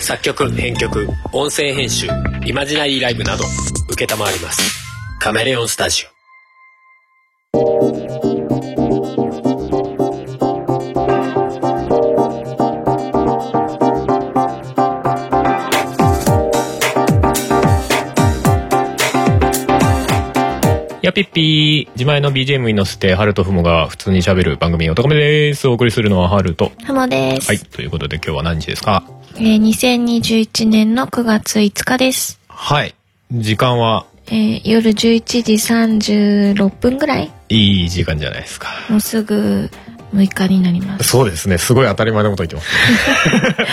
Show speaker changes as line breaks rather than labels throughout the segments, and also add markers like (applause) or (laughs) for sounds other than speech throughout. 作曲、編曲、音声編集、イマジナリーライブなど、受けたまわります。カメレオンスタジオ。
やぴっぴー自前の BGM に乗せてハルとフモが普通に喋る番組おとめですお送りするのはハルと
ハモです。
はいということで今日は何日ですか
えー、2021年の9月5日です。
はい時間は
えー、夜11時36分ぐらい
いい時間じゃないですか
もうすぐ6日になります。
そうですねすごい当たり前のこと言ってます (laughs) ね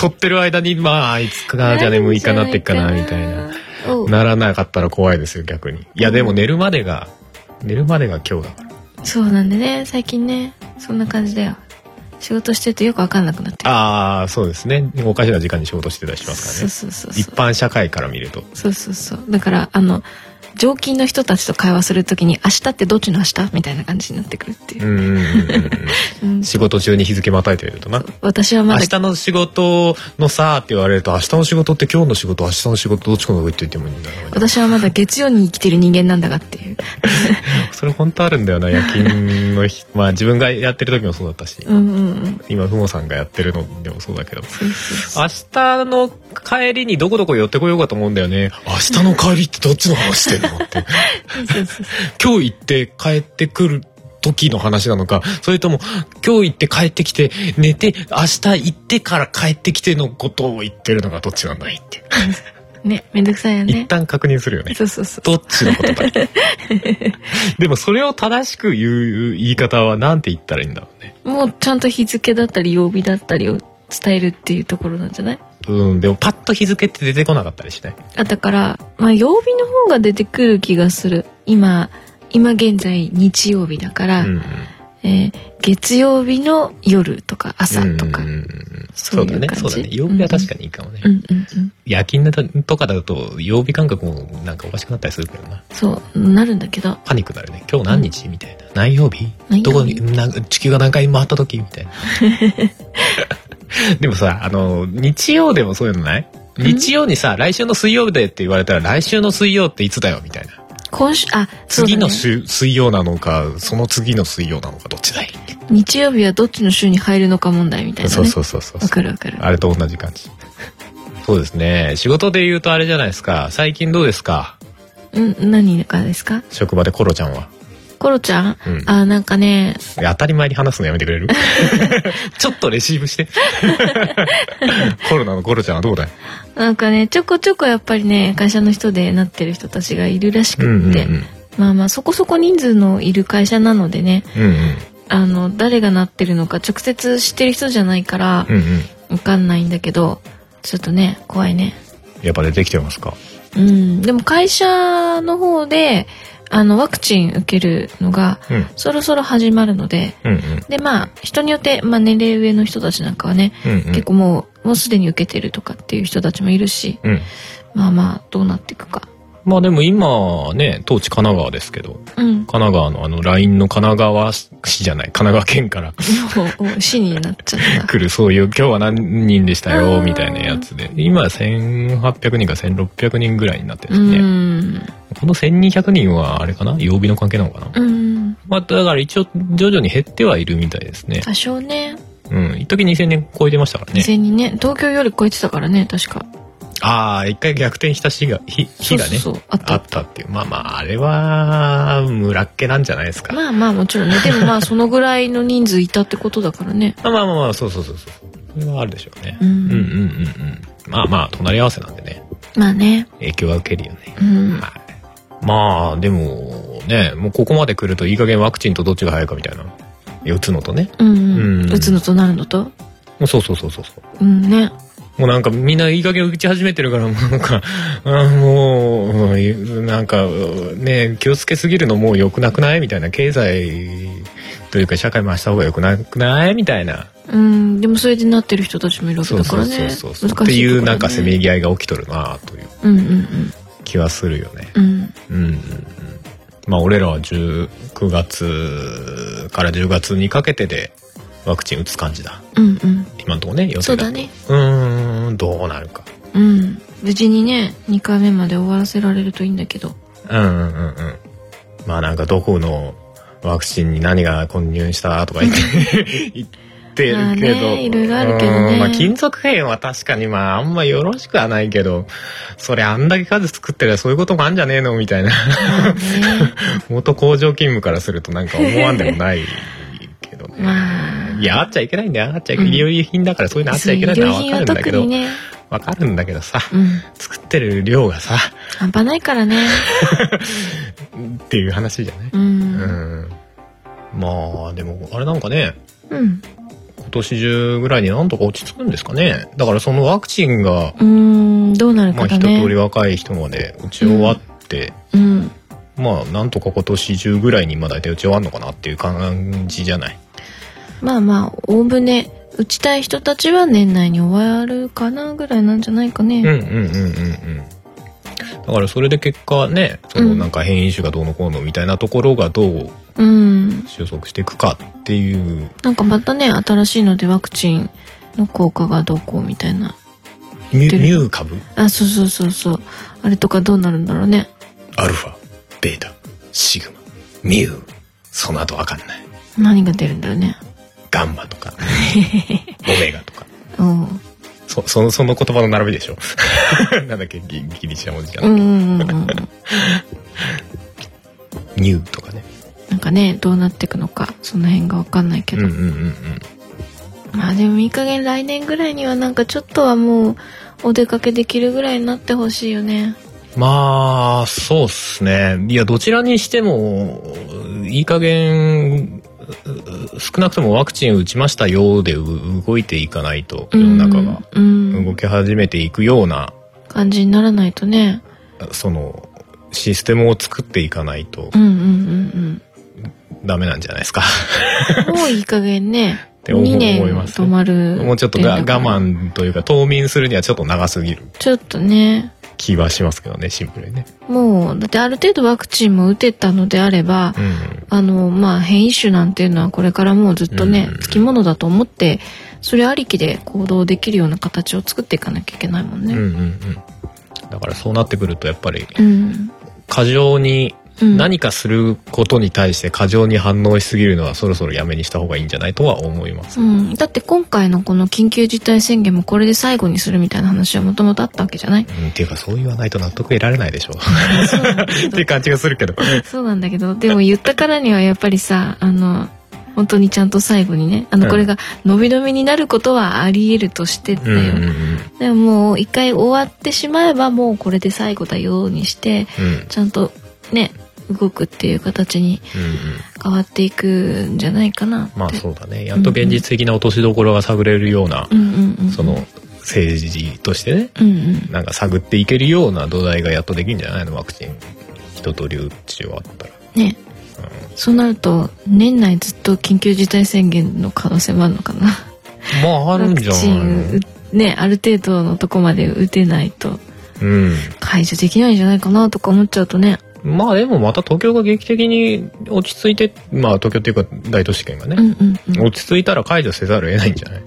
撮ってる間にまああいつかじゃあね6日なってっかなみたいな。
おう
ならなかったら怖いですよ逆にいやでも寝るまでが寝るまでが今日だから
そうなんでね、最近ね、そんな感じだよ。仕事してるとよくわかんなくなってる。
ああそうですねおかしな時間に仕事してたりします
そ
か
う
らね
そうそう
一
そう。
般社会から見ると
そうそうそう。だから、あの、常勤の人たちと会話するときに、明日ってどっちの明日みたいな感じになってくるっていう
う。んうんうんうん
う
うんん仕事中に日付またいてるとな
私はま
明
だ
日の仕事のさーって言われると明日の仕事って今日の仕事明日の仕事どっちかの上って言ってもいいんだろうな
私はまだ月曜に生きてる人間なんだがっていう。
それ本当あるんだよな夜勤の
(laughs)
日まあ自分がやってる時もそうだったし
うんうんうん。
今ふもさんがやってるのでもそうだけど
そうそうそう
明日の帰りにどこどこ寄ってこようかと思うんだよね明日の帰りってどっちの話してんの
(laughs)
って
そうそう
今日行って帰ってくる時の話なのか、それとも今日行って帰ってきて寝て明日行ってから帰ってきてのことを言ってるのがどっちなんだいって。
ね、めんどくさいよ
一
ね。
旦確認するよね。
そうそうそう。
どっちのことだい
(laughs)
でもそれを正しく言う言い方はなんて言ったらいいんだろうね。
もうちゃんと日付だったり曜日だったりを伝えるっていうところなんじゃない
うん、でもパッと日付って出てこなかったりしない。
あ、だから、まあ曜日の方が出てくる気がする。今、今現在日曜日だから、
うんうん
えー月曜日の夜とか朝とか。
うんうんうん
そ
そうう
い
だ
う
ね、
感じ
そうだね。曜日は確かにいいかもね。
うんうんうん。
夜勤だとかだと曜日感覚もなんかおかしくなったりするけどな。
そう、なるんだけど。
パニックになるね今日何日みたいな何曜日
何曜日
どこにな地球が何回回った時みた
(laughs)
いなでもさあの日曜でもそういうのない日曜にさ来週の水曜日でって言われたら来週の水曜っていつだよみたいな
今週、あ、そう
次
だね
の週水曜なのかその次の水曜なのかどっちだい
日曜日はどっちの週に入るのか問題みたいな、ね。
そうそうそうそう
わかるわかる。
あれと同じ感じそうですね仕事で言うとあれじゃないですか最近どうですか
うん、何かですか
職場でコロちゃんは、
コロちゃん、
うん、
あ、なんかね、
当たり前に話すのやめてくれ (laughs) るちょっとレシーブして。 (laughs) コロナのコロちゃんはどうだい
なんかねちょこちょこやっぱりね会社の人でなってる人たちがいるらしくって、
うん。
まあまあそこそこ人数のいる会社なのでね
うんうん。
あの誰がなってるのか直接知ってる人じゃないから
うんうん。
わかんないんだけどちょっとね怖いね
やっぱ出てきてますか
うんでも会社の方であのワクチン受けるのが
うん。
そろそろ始まるので
うんうん。
でまあ人によって、まあ、年齢上の人たちなんかはね、
うんうん。
結構もうもうすでに受けてるとかっていう人たちもいるし
うん。
まあまあどうなっていくか
まあでも今ね、当地神奈川ですけど、
う
神
ん
奈川のあの LINE の神奈川市じゃない、神奈川県から
もう死になっちゃった。
来るそういう、今日は何人でした
う
よ、
ん
みたいなやつで、今は1800人か1600人ぐらいになってる
うん
です (laughs) ね。
ん。
この1200人はあれかな曜日の関係なのかな
うん。
まあ、だから一応徐々に減ってはいるみたいですね。
多少ね、
うん。一時2000年超えてましたからね。
2000にね、東京より超えてたからね、確か。
ああ、一回逆転した日が、日日がね、
そうそうそうあった
あったっていう。まあまあ、あれは、村っ気なんじゃないですか。ま
まあまあも
(laughs)
ちろんね、でもまあそのぐらいの人数いたってことだからね。
あまあまあまあ、そうそうそうそう。それはあるでしょうね。
うん
うんうんうんうん。まあまあ、隣り合わせなんでね。
まあね、
影響は受けるよね。
うん。
はい。まあ、でも、ね、もうここまで来るといい加減ワクチンとどっちが早いかみたいな。打つのとね。
うん、
う
うんん。打つのとなるのと。
そうそうそうそうそう。
うんね。
もうなんかみんないい加減打ち始めてるからもうなんか、あーもううん、なんかね、気をつけすぎるのもう良くなくないみたいな、経済というか社会回した方が良くなくないみたいな。
うん。でもそれでなってる人たちもいるわけ
そ
だ
う
か
そ
ら
う
ね。
そう
難しい
そう
ところ
っ
ね
ていうなんかせめぎ合いが起きとるなあという
うんうんうん。
気はするよね。
うん。
うんうんうん。まあ俺らは19月から10月にかけてでワクチン打つ感じだ。
うんうん。
今のところね、予定
そう
だ
だね。
うーんうんどうなるか
うん無事にね2回目まで終わらせられるといいんだけ
(laughs)
ど
うんうんうんうんまあなんかどこのワクチンに何が混入したとか言って
(laughs)
言って
まあ
るけ
ね
ど
いろいろあるけどね
うんまあ金属片は確かにまああんまよろしくはないけどそれあんだけ数作ってりゃそういうこともあんじゃねえのみたいな (laughs)
まあね
元工場勤務からするとなんか思わんでもないけどね、
まあ
いやあっちゃいけないんだよあっちゃいけ
うん
医療品だからそういうのあっちゃいけないのは分かるんだけ
そうい
ど
う医療品は特にね
分かるんだけどさ
うん
作ってる量がさ
半端ないからね
っていう話じゃない
うんうん、
うんまあでもあれなんかね今年中ぐらいになんとか落ち着くんですかねだからそのワクチンが、
うん、どうなる
まあ
かだ
一
ね、
通り若い人まで打ち終わって、
うん
まあなんとか今年中ぐらいにまあ大体打ち終わるのかなっていう感じじゃない
まあまあおおむね打ちたい人たちは年内に終わるかなぐらいなんじゃないか
うん
ね
うんうんうんうんだからそれで結果ねそのなんか変異種がどうのこうのみたいなところがどう
うん、
収束していくかっていう
なんかまたね新しいのでワクチンの効果がどうこうみたいな
ミ
言って
ュ
る
ミュー株
あそうそうそうそうあれとかどうなるんだろうね
アルファベータシグマミューその後わかんない
何が出るんだろうね
ガンマとか
(laughs)
オメガとか
うん
そそのその言葉の並びでしょ (laughs) なんだっけギギリシャ文字じゃ、
うんんうんうんうん
ニューとかね
なんかねどうなっていくのかその辺が分かんないけ
うん
ど、
うんうんうん
まあでもいい加減来年ぐらいにはなんかちょっとはもうお出かけできるぐらいになってほしいよね
まあそうっすねいやどちらにしてもいい加減うう少なくともワクチン打ちましたようでう動いていかないと世の中が
うん、うん
動き始めていくような
感じにならないとね
そのシステムを作っていかないと
うんうんうん
ダメなんじゃないですか。 (laughs)
うんもういい加減ね
て思う
2年
思います
止まる
もうちょっとが
連絡
我慢というか冬眠するにはちょっと長すぎる
ちょっとね
気はしますけどねシンプルにね。
もうだってある程度ワクチンも打てたのであれば、
うん
あのまあ変異種なんていうのはこれからもうずっとね、
うん
つきものだと思ってそれありきで行動できるような形を作っていかなきゃいけないも
うんう
ん
ん
ね。
うん。だからそうなってくるとやっぱり
うん、
過剰に
うん
何かすることに対して過剰に反応しすぎるのはそろそろやめにした方がいいんじゃないとは思います。
うん、だって今回のこの緊急事態宣言もこれで最後にするみたいな話はもともとあったわけじゃない
うん、っていうかそう言わないと納得得られないでしょう。 (laughs) っていう感じがするけど。
そうなんだけどでも言ったからにはやっぱりさあの本当にちゃんと最後にねあの
うん
これが伸び伸びになることはあり得るとしてっ
う
て
んうん
いうう、
ん
でももう一回終わってしまえばもうこれで最後だようにして
うんうん
ちゃんとね動くっていう形に
うん。
変わっていくんじゃないかなって、
まあそうだね。やっと現実的な落としどころが探れるような
う、んうんうん
その政治としてね、
うんうん
なんか探っていけるような土台がやっとできるんじゃないのワクチン一通り打ち終わったら。
ねそうなると年内ずっと緊急事態宣言の可能性もあるのかな
まああるんじゃ
ワクチ
ない
ンうねある程度のとこまで打てないと
うん。
解除できないんじゃないかなとか思っちゃうとね
まあでもまた東京が劇的に落ち着いて、まあ東京っていうか大都市圏が
う
ね、
んうんうん
落ち着いたら解除せざるを得ないんじゃない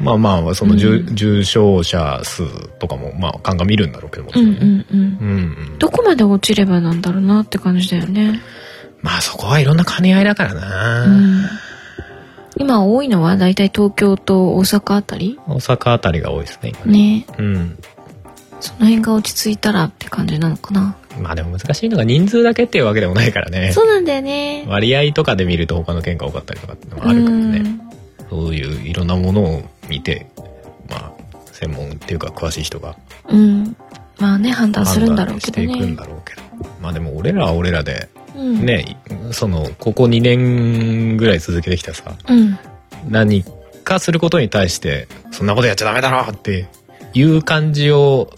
まあまあ、その重,、
うん
重症者数とかも、まあ、勘が見るんだろうけどもちろ
うん
んね。
うんうん
うんうん
どこまで落ちればなんだろうなって感じだよね、
まあそこはいろんな兼ね合いだから
う
な。
ん、今多いのは大体東京と大阪あたり
大阪あたりが多いですね今ね
ね
うん
その辺が落ち着いたらって感じなのかな
まあでも難しいのが人数だけっていうわけでもないからね
そうなんだよね
割合とかで見ると他の県が多かったりとかっていうのもあるからねそういういろんなものを見てまあ専門っていうか詳しい人が
うん、うん、まあね判断する
判
んだろう
断し
けど
てい
ね
くんだろうけどまあでも俺らは俺らで
うん、
ね、そのここ2年ぐらい続けてきたさ
うん
何かすることに対してそんなことやっちゃダメだろっていう感じを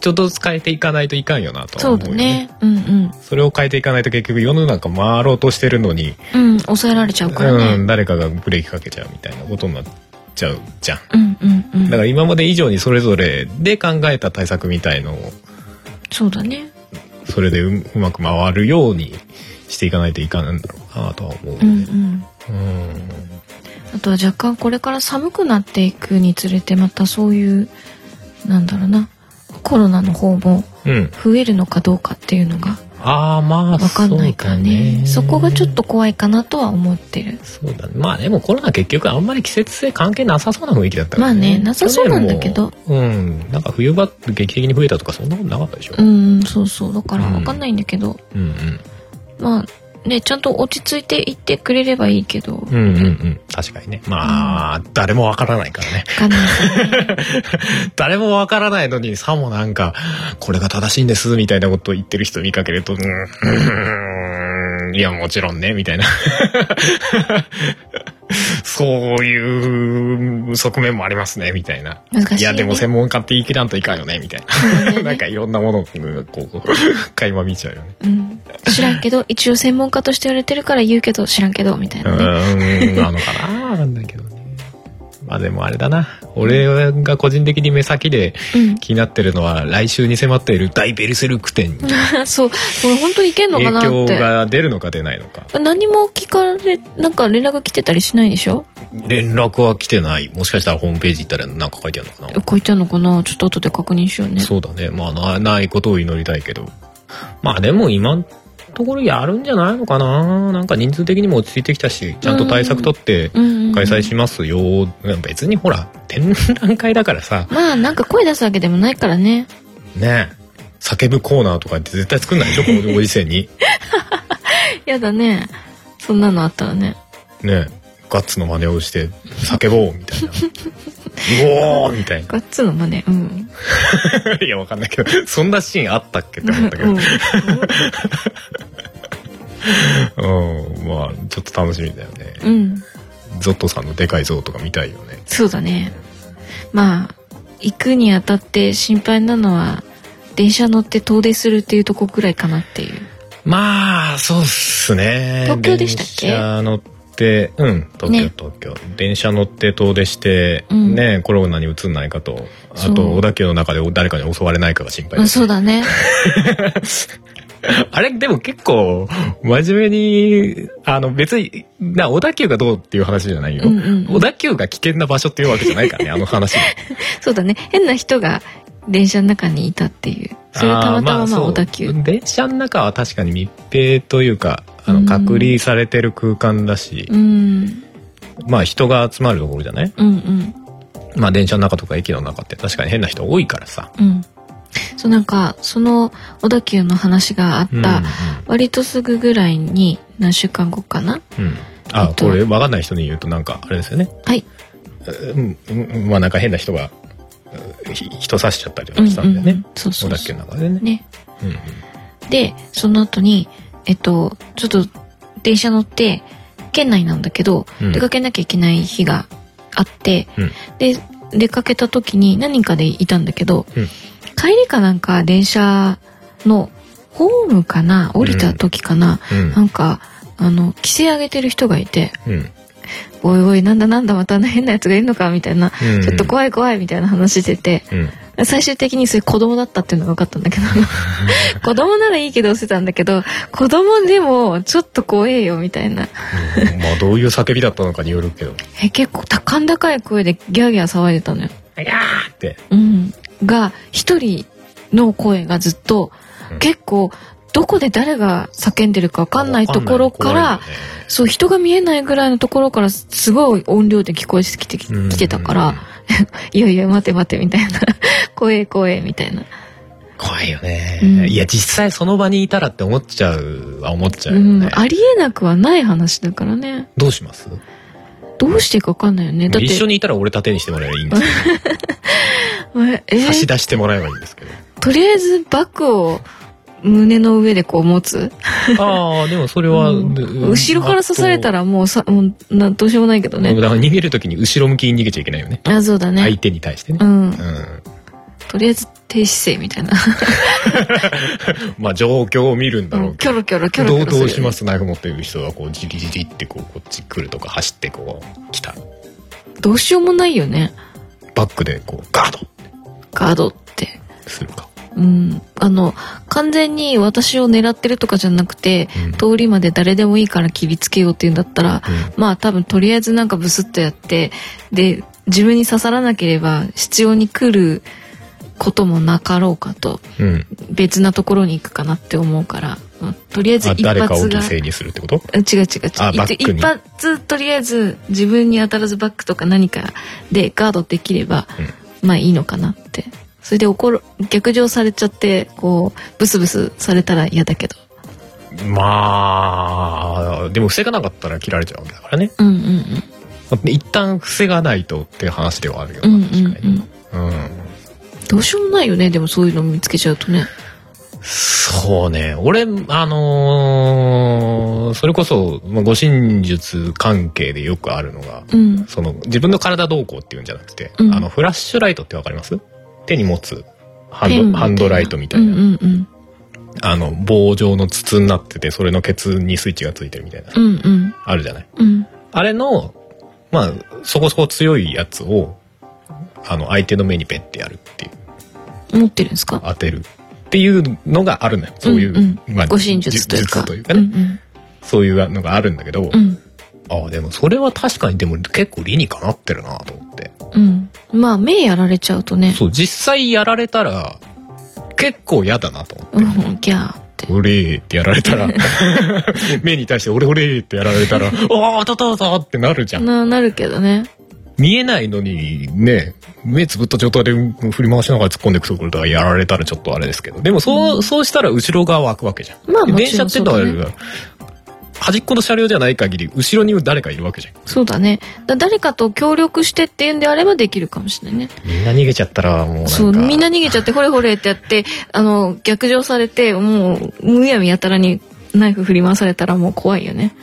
ちょっとずつ変えていかないといかんよなとは
そう
思う
だ
よ
ねうんうん
それを変えていかないと結局世の中回ろうとしてるのに、
うん、抑えられちゃうから
う
ね。
ん、誰かがブレーキかけちゃうみたいなことになっちゃうじゃん。
うん、うん、うん。
だから今まで以上にそれぞれで考えた対策みたいのを
そうだね。
それでううまく回るようにしていかないといかないんだろうなとは思う。
うん、うん。
うん
あとは若干これから寒くなっていくにつれて、またそういうなんだろうなコロナの方も
うん。
増えるのかどうかっていうのが
ああ、まあ、
分かんないからね
そ
そ
うだ
こがちょっと。怖いかなとは思ってる
そうだね。まあでもコロナ結局あんまり季節性関係なさそうな雰囲気だったから、
まあねなさそうなんだけど
去年も。うん。なんか冬場って劇的に増えたとかそんなことなかったでしょ。
う。んそうそうだから
うん
分かんないんだけど、
うん
まあねちゃんと落ち着いていってくれればいいけど
うん。うんうんうん。確かにね。まあ、誰もわからないからね。 (laughs)
分かんないから
誰もわからないのにさもなんか、これが正しいんですみたいなことを言ってる人見かけると、うん、うんいやもちろんね、みたいな。 (laughs) そういう側面もありますね、みたいな。
難しいね
いやでも専門家って言い切らんといかんよね、みたいな。 (laughs) なんかいろんなものをこう、 (laughs) 垣間見ちゃうよね。
うん、知らんけど一応専門家として言われてるから言うけど知らんけどみたいうなね
ーん、なのかなわかんないけどね。まあでもあれだな。俺が個人的に目先で気になってるのは、来週に迫っている大ベルセルク展に
うんそうこれ本当にいけんの
影
かな
響
っ
が出るのか出ないのか。
て何も聞かれなんか連絡来てたりしないでしょ
連絡は来てない。もしかしたらホームページ行ったらなんか書いてあるのかな。
こういったのかなちょっと後で確認しようね
そうだね。まあなないことを祈りたいけど。まあでも今のところやるんじゃないのかな。なんか人数的にも落ち着いてきたし、ちゃんと対策取って、
うんうん
開催しますよ別にほら展覧会だからさ
まあなんか声出すわけでもないからね
ねえ叫ぶコーナーとかって絶対作んない (laughs) でしょこのご時世に
やだねそんなのあったらね
ねえガッツの真似をして叫ぼうみたいなうおーみたい
ガッツの真似
(laughs)
うん
ないやわかんないけどそんなシーンあったっけって思ったけど、
うん
うん、まあちょっと楽しみだよね、
うん
ゾットさんのでかい像とか見たいよね
そうだねまあ行くにあたって心配なのは電車乗って遠出するっていうとこくらいかなっていう
まあそうっすね
東京でしたっけ
電車乗ってうん東京、
ね
東京電車乗って遠出して、
うん
ねコロナにうつんないかとあ
そう
と小田急の中で誰かに襲われないかが心配
う
で
ん
す、
そうだ (laughs) ね
あれでも結構真面目にあの別にな小田急がどうっていう話じゃないよ、
うんうん
小田急が危険な場所っていうわけじゃない
(laughs)
からねあの話
そうだね変な人が電車の中にいたっていうそれはたまたま
あー
まあ
そう
小田急、
電車の中は確かに密閉というかあ
う
の
ん
隔離されてる空間だし、
うん
まあ人が集まるところじゃない
うんうん
まあ電車の中とか駅の中って確かに変な人多いからさ。
うんそうなんかその小田急の話があった、
うん
割とすぐぐらいに何週間後かな
うんうんあ、
えっと
これ分かんない人に言うとなんかあれですよね。
はい
うん、うんまあなんか変な人がうんひ人刺しちゃったりとかしたんだよ
うんうん
ね
うん。そう
そ
そうう
だ
そう
っけの中でね。
ね
うんうん
でその後にえっとちょっと電車乗って県内なんだけど、
うん
出かけなきゃいけない日があって、
うん
で出かけた時に何人かでいたんだけど、
うん
帰りかなんか電車のホームかな降りた時かな、なんかあの規制上げてる人がいて
うんうん
「おいおいなんだなんだまた変なやつがいるのか」みたいな、
うん
ちょっと怖い怖い」みたいな話してて。
うん
最終的にそれ子供だったっていうのが分かったん
(laughs)
だけど子供ならいいけどしてたんだけど子供でもちょっと怖えよみたいな
うんまあどういう叫びだったのかによるけど。
え結構高ん高い声でギャーギャー騒いでたのよ、
いやーって。
うん、が一人の声がずっと、
うん
結構どこで誰が叫んでるか分かんないところから
わんない
そう人が見えないぐらいのところからすごい音量で聞こえてきて
怖いよね
きてたか。
うん
ら「いやいや待て待て」みたいな (laughs) 「怖え怖え」みたいな
怖いよね、
うん
いや実際その場にいたらって思っちゃうは思っちゃう
う
よね。
ん、ありえなくはない話だからね
どうします
どうしていいか分かんないよねだって
一緒にいたら俺盾にしてもらえばいいんですけ
ええ
ど差し出してもらえばいいんですけど
とりあえずバッグを胸の上でこう持つ
ああでもそれは、
うん
うん
後ろから刺されたらもうさもうなどうしようもないけど
だ
ね
から逃げる時に後ろ向きに逃げちゃいけないよね
あそうだね、
相手に対してね
う、ん
うん
とりあえず低姿勢みたいな
まあ状況を見るんだろうけ
キョロキョロキョ
ど
ロキョ
ど
ロ
うどうしますすナイフ持ってる人はこうじりじりってこうこっち来るとか走ってこう来た
るどうしようもないよね
バックでこうガー
ガードって
ドするか
うんあの完全に私を狙ってるとかじゃなくて、
うん
通りまで誰でもいいから切りつけようっていうんだったら、
うん
まあ多分とりあえずなんかブスッとやってで自分に刺さらなければ執拗に来ることもなかろうかと
うん。
別なところに行くかなって思うから、うんとりあえず
あ、
一
誰かを
発
犠
が
牲にするってこと
あ違う違う違う
あバック
一
に
発とりあえず自分に当たらずバックとか何かでガードできれば、まあいいのかなってそれで怒る逆上されちゃってこうブスブスされたら嫌だけど
まあ、でも防がなかったら切られちゃうわけだからね。
うんうんうん
まあ一旦防がないとっていう話ではあるよ
うん
な、確か
うんう
に
ん。
うん。
どうしようもないよねでもそういうの見つけちゃうとね
そうね。俺、あのーそれこそ、まあ護身術関係でよくあるのが、
うん
その、自分の体動向っていうんじゃなくて、
うん
あの、フラッシュライトってわかります手に持つハ
ペンみたい
ンド、
な
ハンドライトみたいな、
うんうんうん
あの、棒状の筒になってて、それのケツにスイッチがついてるみたいな、
うんうん
あるじゃない。
うん
あれの、まあ、そこそこ強いやつを、あの、相手の目にペッてやるっていう、
持ってるんですか
当てるっていうのがあるのよ。そういう、
ん
まあ、
護身術というか
術というかね、
うん
そういうのがあるんだけど、
うんうん
ああ、でもそれは確かにでも結構理にかなってるなと思って。
うん、まあ目やられちゃうとね
そう、実際やられたら、結構嫌だなと思って。
うんギャーって
オレーってやられた (laughs) ら、目に対してオレオレーってやられたら、ああ、たたたってなるじゃん。
ななるけどね
見えないのに、ね、目つぶった状態で振り回しながら突っ込んでくるとかやられたらちょっとあれですけど。でもそう、そうしたら後ろ側は開くわけじゃん。
まあも
電
ち
車
ろ
っ
ん
て
そう
のは
だ、ね、
端っこの車両じゃない限り、後ろに誰かいるわけじゃん。
そうだねだ誰かと協力してっていうんであればできるかもしれないね
みんな逃げちゃったらもうなんか。
そうみんな逃げちゃってほれほれってやってあの逆上されてもうむやみやたらにナイフ振り回されたらもう怖いよね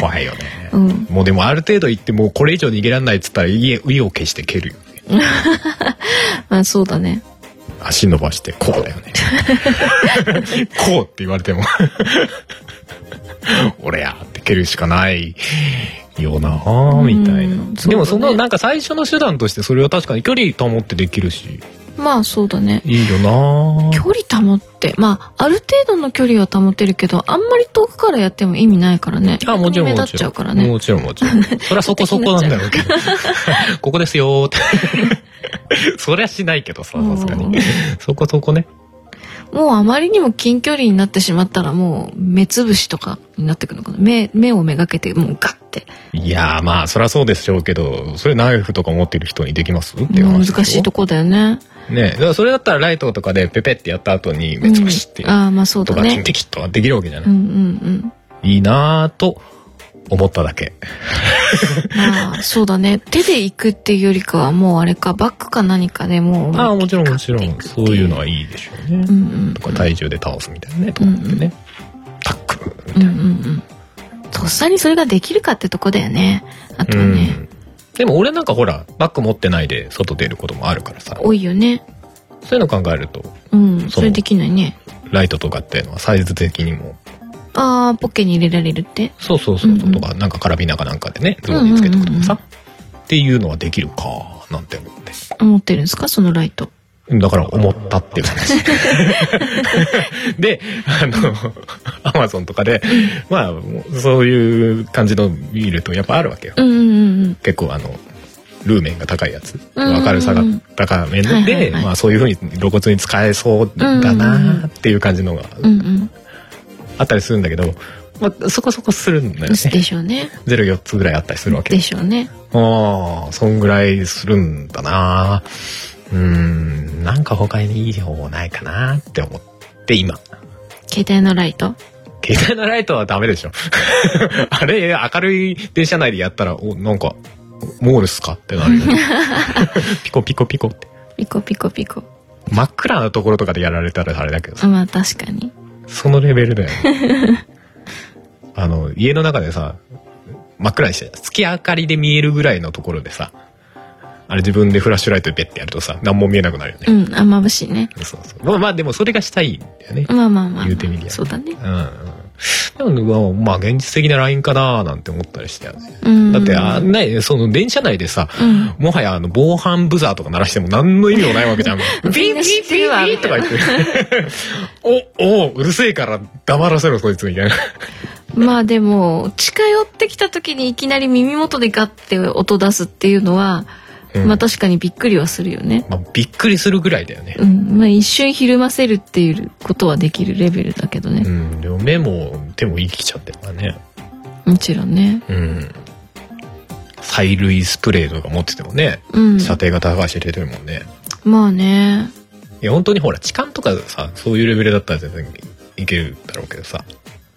怖いよね。
うん
もうでもある程度行ってもうこれ以上逃げらんないっつったら家家を消して蹴るよね
まあそうだね
足伸ばしてこうだよ
(laughs)
ねこうって言われても俺やって蹴るしかないよなあみたいな、
うんそうだね
でもそのなんか最初の手段としてそれは確かに距離保ってできるし
まあそうだね
いいよな
距
あ
離保ってまあある程度の距離は保てるけどあんまり遠くからやっても意味ないからね
あもちろん
逆に目
も
立
ち
っちゃ
ろ
うんからね
もちろんもちろんそれはそこそこなんだ
(laughs)
ろうけど (laughs) ここですよーって (laughs) そりゃしないけどささすが
うん
にそこそこね
もうあまりにも近距離になってしまったらもう目つぶしとかになってくるのかな目目をめがけてもうガッて
いやーまあそりゃそうでしょうけどそれナイフとか持ってる人にできますっていう
もう
話
難しいとこだよね。
こねだからそれだったらライトとかでペペってやった後に目つぶしって
うんああまあそう
と
だ
かテ
ね
キ。テキとかできるわけじゃな
う
い、
んうん
いいなーと思っただけ
うん。まあ (laughs) そうだね。手で行くっていうよりかはもうあれかバッグか何かでもう。
ああもちろんもちろ
買っ
ん
てくって
そういうのはいいでしょうね、
うんうん
とか体重で倒すみたいなねとかってね、タックルみた
うん
い
うん
な、
うん。とっさにそれができるかってとこだよね。あとはね、
でも俺なんかほらバッグ持ってないで外出ることもあるからさそ
多いよね。
ういうの考えると
うん。
そ
そうれできないね。
ライトとかっていうのはサイズ的にも
ああポッケに入れられるって。
そうそうそう、
うんうん
とかなんかカラビナかなんかでねズボンにつけとくとかさ、っていうのはできるかなんて思って
持ってるんですかそのライト。
だから思ったっていう話 (laughs) であのアマゾンとかでまあそういう感じの見るとやっぱあるわけよ、
うんうんうんうん。
結構あのルーメンが高いやつ
うんうんうん
明るさが高め
はいはいは
で
い
まあそういうふうに露骨に使えそうだなっていう感じのが
うん
あったりするんだけど、まあ、そこそこするんだよ
うん。で
ね
しょうね。
04つぐらいあったりするわけよ
でしょうね。
ああ、そんぐらいするんだな。うーん、なんか他にいい方法ないかなって思って今。
携帯のライト。
携帯のライトはダメでしょ。 (laughs) あれ、明るい電車内でやったら、お、なんか、モールスかってなるよね。
(laughs)
ピコピコピコって。
ピコピコピコ。
真っ暗なところとかでやられたらあれだけどさ、
まあ確かに。
そのレベルだよね。
(laughs)
あの、家の中でさ、真っ暗にして、月明かりで見えるぐらいのところでさ、あれ自分でフラッシュライトでベッてやるとさ、何も見えなくなるよね。
うん、あ、眩しいね。
そうそう。まあまあでもそれがしたいんだよね。
まあまあまあ。
言うてみりゃ
そうだね。
うんうん。でも、まあ現実的なラインかななんて思ったりしてよね。
うん。
だって、あんない、その電車内でさ、
うん。
もはやあの防犯ブザーとか鳴らしても何の意味もないわけじゃん。ビンビンビンビンとか言って。お、おう、うるせえから黙らせろそいつみたいな。
まあでも、近寄ってきた時にいきなり耳元でガッて音出すっていうのは、
うん
まあ確かにびっくりはするよね。
まあ、びっくりするぐらいだよね。
うん。まあ一瞬ひるませるっていうことはできるレベルだけど
う
ね。
ん、でも目も手も生きちゃってるからね。
もちろんね。
うん。催涙スプレーとか持っててもね、
うん。
射程が高いし出てるもんね。
まあね。
いや、本当にほら、痴漢とかさ、そういうレベルだったら全然いけるだろうけどさ、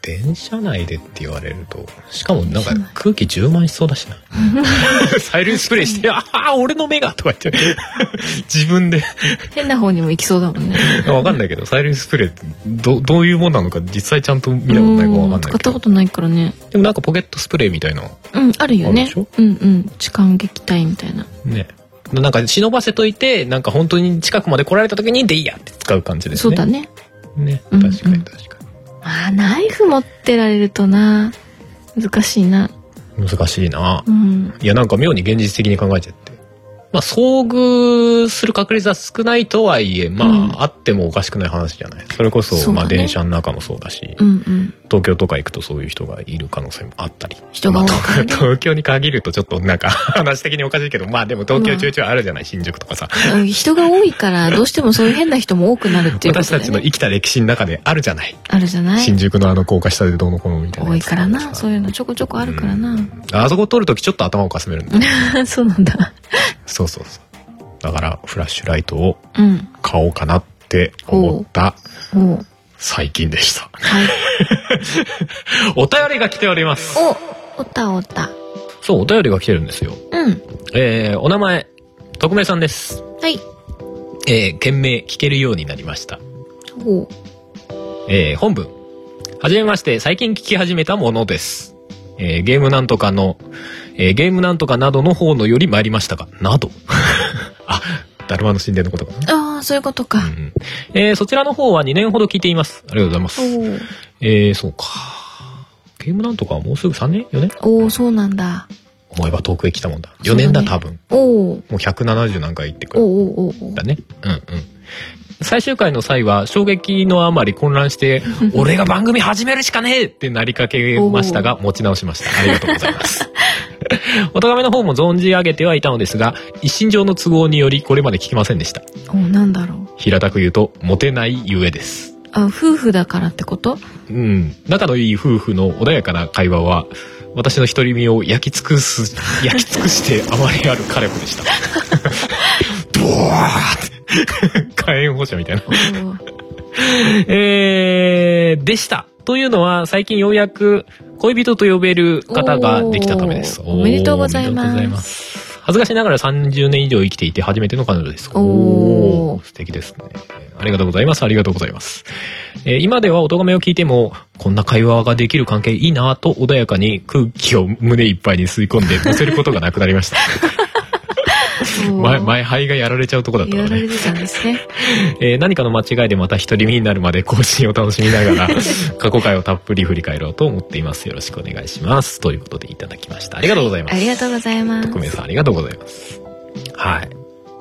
電車内でって言われると、しかもなんか
電車内
空気充満しそうだしな。 (laughs) サイレンスプレーして、ああ、俺の目がとか言って、 (laughs) 自分で。
変な方にも行きそうだもんね。
わかんないけど、サイレンスプレーってど、どういうもんなのか実際ちゃんと (laughs) 見たことないかわかんない
使っ
け
た
ど
こ。とないからね。
でもなんかポケットスプレーみたいな、
うん、あるよ
ある
ね
でしょ。
うんうん。痴漢撃退みたいな。
ね。なんか忍ばせといて、なんか本当に近くまで来られた時に、でいいやって使う感じですね。
そうだね。
ね。
うん
確かに確かに。
まあナイフ持ってられるとな。難しいな。
難しいな
うん。
いやなんか妙に現実的に考えちゃってまあ遭遇する確率は少ないとはいえまあ、
うん
あってもおかしくない話じゃないそれこそ、
そう
ま
だね
あ電車の中もそうだし、
うんうん。
東京とか行くとそういう人がいる可能性もあったり
人が多い
まあ
からね
(laughs) 東東京に限るとちょっとなんか (laughs) 話的におかしいけどまあでも東京中々あるじゃない新宿とかさ
うん人が多いから、どうしてもそういう変な人も多くなるっていうこ
私
と
た
だよね
ちの生きた歴史の中であるじゃない、
あるじゃない
新宿のあの高架下でどうのこうのみたいな
多いからな。そう
う
いうのちょこちょこあるから
う
な。
んあそこ通るときちょっと頭をかすめるんだよ
(laughs) そうなんだ。
そうそうそうだからフラッシュライトを
うん。
買おうかなって思った
おう
最近でした。
はい。
お便りが来ております。
お、おたおた。
そう、お便りが来てるんですよ。
うん。
えー、お名前、匿名さんです。
はい。
えー、件名聞けるようになりました。
おう。
えー、本文。はじめまして、最近聞き始めたものです。えー、ゲームなんとかの、えー、ゲームなんとかなどの方のより参りましたが、など。 (laughs) あ、だるまの神殿のことかな。
ああ、そういうことか
う。んうんえー、そちらの方は2年ほど聞いています。ありがとうございます。
おう。
えー、そうか。ゲームなんとかはもうすぐ3年 ?4 年
おう、そうなんだ。
思えば遠くへ来たもんだ。4年だ、
そうだ
多
ね
分。
おう。
もう170なんか行ってく
お
る。
うおうおうおう
だ。ね。うんうん。最終回の際は衝撃のあまり混乱
(laughs)
して、俺が番組始めるしかねえってなりかけましたが、持ち直しました。ありがとうございます。 (laughs) お咎めの方も存じ上げてはいたのですが、一身上の都合によりこれまで聞きませんでした。
おう、なんだろう。
平たく言うと、モテないゆえです。
あ、夫婦だからってこと
うん、仲のいい夫婦の穏やかな会話は私の独り身を焼き尽く (laughs) す焼き尽くしてあまりある火力でした (laughs) ブワーって火炎放射みたいな
おう。
(laughs) えー、でしたというのは最近ようやく恋人と呼べる方ができたためです
おーおめでとうございます
おめでとうござす恥ずかしながら30年以上生きていて初めての彼女です
おー
おー素敵ですねありがとうございますありがとうございます、えー今ではお咎めを聞いてもこんな会話ができる関係いいなと穏やかに空気を胸いっぱいに吸い込んで乗せることがなくなりました
(laughs) お
(laughs)
う
前前肺がやられちゃうとこだったか
や
ら
ら
ね
れてたんで
(laughs)
すね。
えー何かの間違いでまた独り身になるまで更新を楽しみな
(laughs)
がら過去回をたっぷり振り返ろうと思っていますよろしくお願いしますということでいただきましたありがとうございま
あ
す
りがとうございます。
匿名さんありがとうございますはい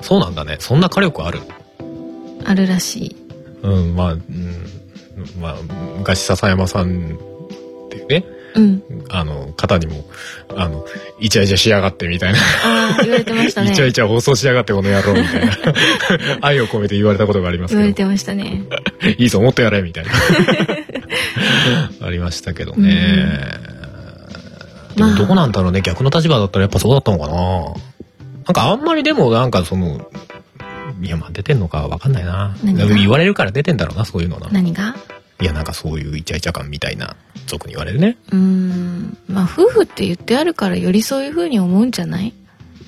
そうなんだねそんな火力ある
あるらしい。
うんまあ、うん、まあ昔笹山さんっていうね
うん。
あの方にもあのイチャイチャしやがってみたいな
ああ、言われてました
(laughs)
ね
イ。チャイチャ放送しやがってこの野郎みた
(laughs)
いな愛を込めて言われたことがあります
言
け
われ
ど
てましたね。
いいぞ、もっとやれみたいな。
(laughs)
ありましたけどね。で
ま
も
あ
どこなんだろうね、逆の立場だったらやっぱそうだったのかな。なんかあんまりでもなんかその、いやまあ出てんのかわかんないな。
何が
言われるから出てんだろうな、そういうのな。
何が
いやなんかそういうイチャイチャ感みたいな、俗に言われるね。
うーんまあ夫婦って言ってあるからよりそういう風に思うんじゃない、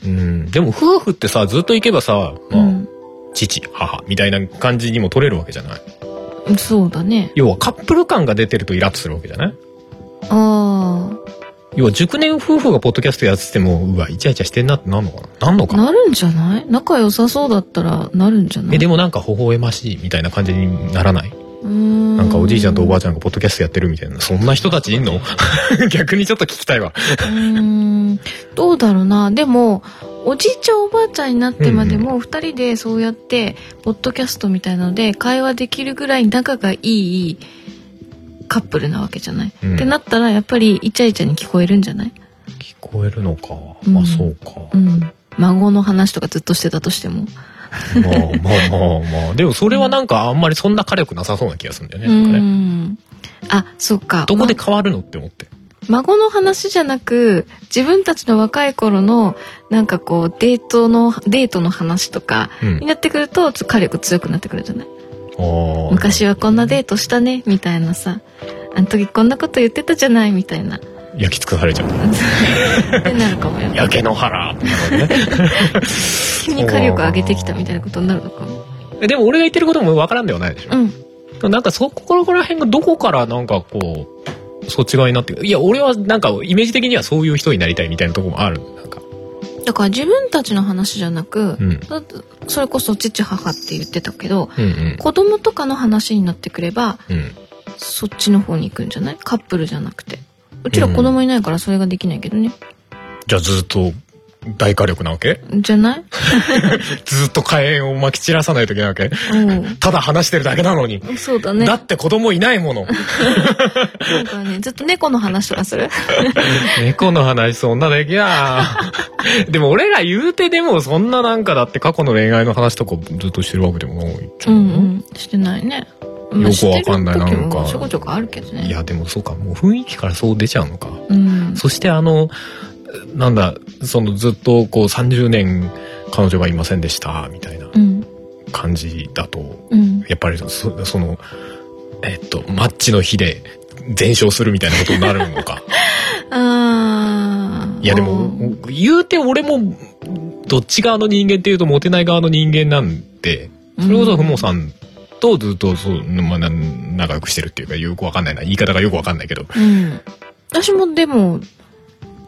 うん。でも夫婦ってさ、ずっと行けばさ、まあ、
うん
父、母みたいな感じにも取れるわけじゃない。
そうだね
要はカップル感が出てるとイラッとするわけじゃない
あ
要は熟年夫婦がポッドキャストやっててもうわイチャイチャしてんなってなんのかななんの
あ
かな
なるんじゃない仲良さそうだったらなるんじゃない
えでもなんか微笑ましいみたいな感じにならない
な
なんかおじいちゃんとおばあ
ち
ちゃんがポッドキャストやってるみたいなそんな人たちいんの逆にちょっと聞きたいわ
ゃんうーんどうだろうなでもおじいちゃんおばあちゃんになってまでも二人でそうやってポッドキャストみたいので会話できるぐらい仲がいいカップルなわけじゃない、
うん
ってなったらやっぱりイチャイチャに聞こえるんじゃない
聞こえるのか、
うん
まあそうか、
うん孫の話とかずっとしてたとしても、
もう、もう、もう、もう。でもそれはなんかあんまりそんな火力なさそうな気がするんだよね。
う
なんかね。
んあそうか
どこで
ま
変わるのって思って。
孫の話じゃなく自分たちの若い頃のなんかこうデートのデートの話とか
うん
に。なってくるとちょっと火力強くなってくるじゃない
おー
昔はこんなデートしたねみたいなさあの時こんなこと言ってたじゃないみた
(laughs)
いな
焼き尽くされちゃう。
ってなるかもよ
焼け野原。 (laughs)
急に火力上げてきたみたいなことになるのかも
えでも俺が言ってることもわからんではないでしょ
う。ん
でもなんかそこら辺がどこからなんかこう、そっち側になってくる。いや、俺はなんかイメージ的にはそういう人になりたいみたいなとこもある。なんか。
だから自分たちの話じゃなく、
うん。
だそれこそ父母って言ってたけど
うんうん。
子供とかの話になってくれば
うん。
そっちの方に行くんじゃないカップルじゃなくてうちら子供いないからそれができないけどね、
じゃあずっと大火力なわけ
じゃない
ずっと火炎をまき散らさないといけないわけ
う
ただ話してるだけなのに。
んそうだね
だって子供いないもの。
なんかねずっと猫の話とかする
(laughs) 猫の話そんなできな (laughs) でも俺ら言うてでもそんななんかだって過去の恋愛の話とかずっとしてるわけでもないじゃ
うんんうんしてないねまあ
よくわかんない
してる時も
なんか
ちょこちょこあるけどね
いやでもそうかもう雰囲気からそう出ちゃうのか、
うん
そしてあのなんだそのずっとこう30年彼女がいませんでしたみたいな
うん
感じだと
うん
やっぱりそそのえっとマッチの日で全勝するみたいなことになるのか
あー
いやでも
うん
言うて俺もどっち側の人間っていうとモテない側の人間なんでそれこそふもさんとずっとそう、まあ、な仲良くしてるっていうかよくわかんないな言い方がよくわかんないけど
うん。私もでも、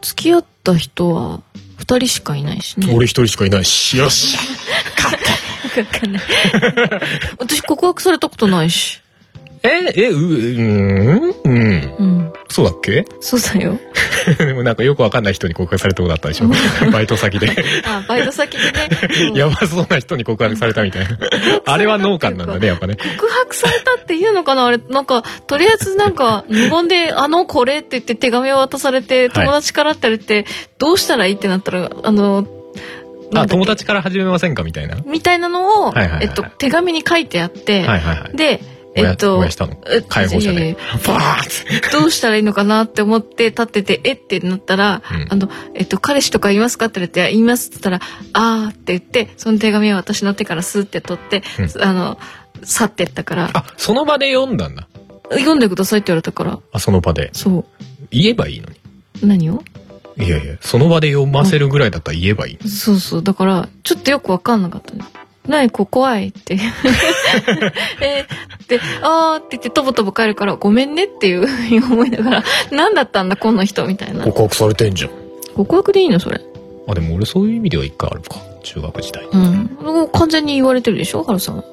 付き合った人は二人しかいないしね。
俺一人しかいないしよし
わかんない。 (laughs) 私告白されたことないし。
え、え、う、うん、うん。
うん。
そうだっけ (laughs)
そうだよ。
でもなんかよくわかんない人に告白されたことあったでしょバイト先で。
あ、バイト先でね。
(laughs)
そう
やばそうな人に告白されたみた
(laughs)
いな。あれは農家なんだね、やっぱね。
告白されたっていうのかなあれ、なんか、とりあえずなんか、無言で、あの、これって言って手紙を渡されて、友達からって言われて、どうしたらいいってなったら、あの、
あ、
なんだっけ
友達から始めませんかみたいな。は
みたいなのを、
はいはいはいはい
えっと、手紙に書いてあって、
いはいはい。
で、
燃や
えっと
燃やしたの
え。
解放者
いやいや
で
い。
バーッて。
どうしたらいいのかなって思って立ってて、えってなったら、
うん
あの、えっと、彼氏とかいますかって言われて、いますって言ったら、あーって言って、その手紙を私の手からスーって取って、
う
あの、去ってったから、
あ、その場で読んだんだ。
読んでくださいって言われたから、
あ、その場で。
そ
言えばいいのに。
う。何を
いやいや、その場で読ませるぐらいだったら言えばいい。
そうそう。だから、ちょっとよくわかんなかったね。何こ怖いって。 (laughs) えーって、あーって言って、とぼとぼ帰るから、ごめんねっていうふうに思いながら、何だったんだ、この人みたいな。
告白されてんじゃん。
告白でいいのそれ。
あ、でも俺そういう意味では一回あるか。中学時代。
うん。もう完全に言われてるでしょ、ハルさん。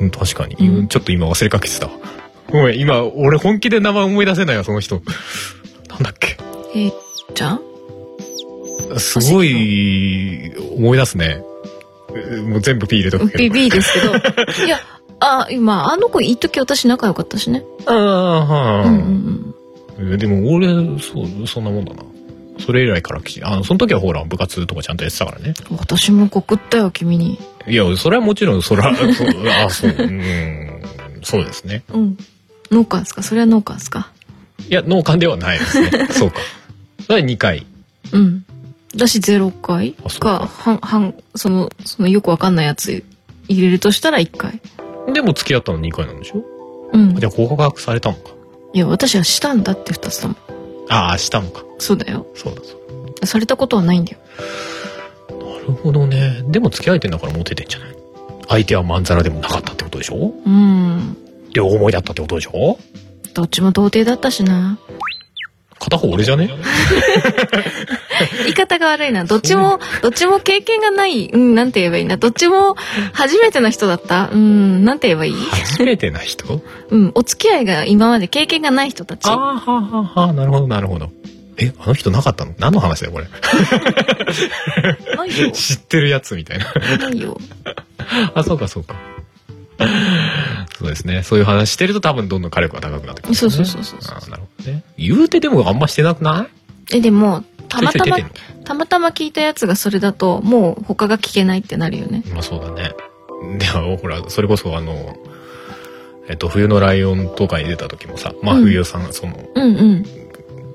うん、確かに、
うん
ちょっと今忘れかけてたわごめん今俺本気で名前思い出せないわその人なんだっけ
えー、ちゃん
すごい思い出すねえーもう全部 P 入れとくけ
ビ
ど
ビですけ (laughs) ど。いや、あ、今、あの子、一時私仲良かったしね。
ああ
う
はあ、
んうん
えーでも俺そうそんなもんだなそれ以来からきちあその時はほら部活とかちゃんとやってたからね
うん。私も告ったよ、君に。
いやそれはもちろんそれは (laughs) そうあそううんそうですね
うん。農家ですかそれは農家ですか
いや脳幹ではないですねそうかそれ2回
うん。私0回
あそうか
か、半、半、その、そのよくわかんないやつ入れるとしたら1回。
でも付き合ったの2回なんでしょ
うん
じ。ゃあ告白されたのか
いや、私はしたんだって2つとも。
ああしたのか
そうだよ。
そうだそう
されたことはないんだよ。
だなるほどねでも付き合えてんだからモテてんじゃない相手はまんざらでもなかったってことでしょ
うん。
両思いだったってことでしょ
どっちも童貞だったしな。
片方俺じゃね
言い方が悪いな。どっちも、どっちも経験がない。うん、なんて言えばいいな。どっちも初めての人だった。うん、なんて言えばいい
初めてな人
うん、お付き合いが今まで経験がない人たち。
ああはあはあはあなるほどなるほどえあの人なかったの何の話だよこれ
な
(laughs)
いよ。
知ってるやつみたいな
ないよ。
あそうかそうかそうですねそういう話してると多分どんどん火力が高くなってくる、ね、
そうそうそうそうそう
あーなるほどね言うてでもあんましてなくない
え、でも、たまた
ちょ
ま
いちょい出てんの
たまたま聞いたやつがそれだともう他が聞けないってなるよね
まあそうだね。では、ほら、それこそあの、えっと、冬のライオンとかに出た時もさ、まあ
うん
冬代さん、その、
うんうん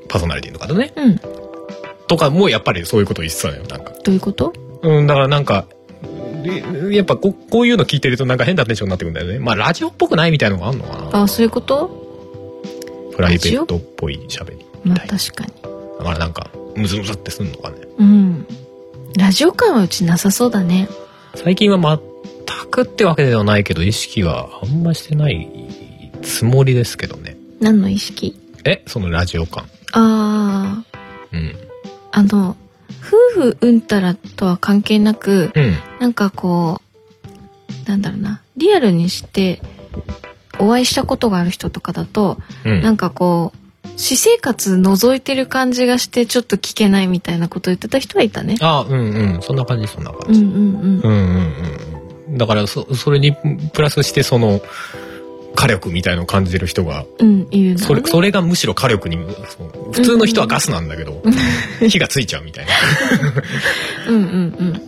パーソナリティの方ね、
うん
とかもやっぱりそういうこと言ってたのよ、なんか。
どういうこと
うん、だからなんか、でやっぱここういうの聞いてるとなんか変なテンションになってくるんだよね。まあラジオっぽくないみたいのがあるのかな。
あそういうこと
プライベートっぽい喋りみ
まあ
たいな。
確かに
だからなんか、ムズムズってすんのかね。
うんラジオ感はうちなさそうだね
最近は全くってわけではないけど、意識はあんましてないつもりですけどね。
何の意識
えそのラジオ感。
ああ
うん。
あの夫婦うんたらとは関係なく
うん。
なんかこうなんだろうなリアルにしてお会いしたことがある人とかだと
うん。
なんかこう私生活覗いてる感じがしてちょっと聞けないみたいなこと言ってた人はいたね
あうんうん。そんな感じ、そんな
う
感
んう
じ。
ん
うん、うん、うんうん。だから、そ、それにプラスして、その、火力みたいのを感じる人が、
うんうんいるんだ
そ
ろう
れ、
ね
それがむしろ火力に、そう普通の人はガスなんだけど、火がついちゃうみたいな。 (laughs)
うんうんうん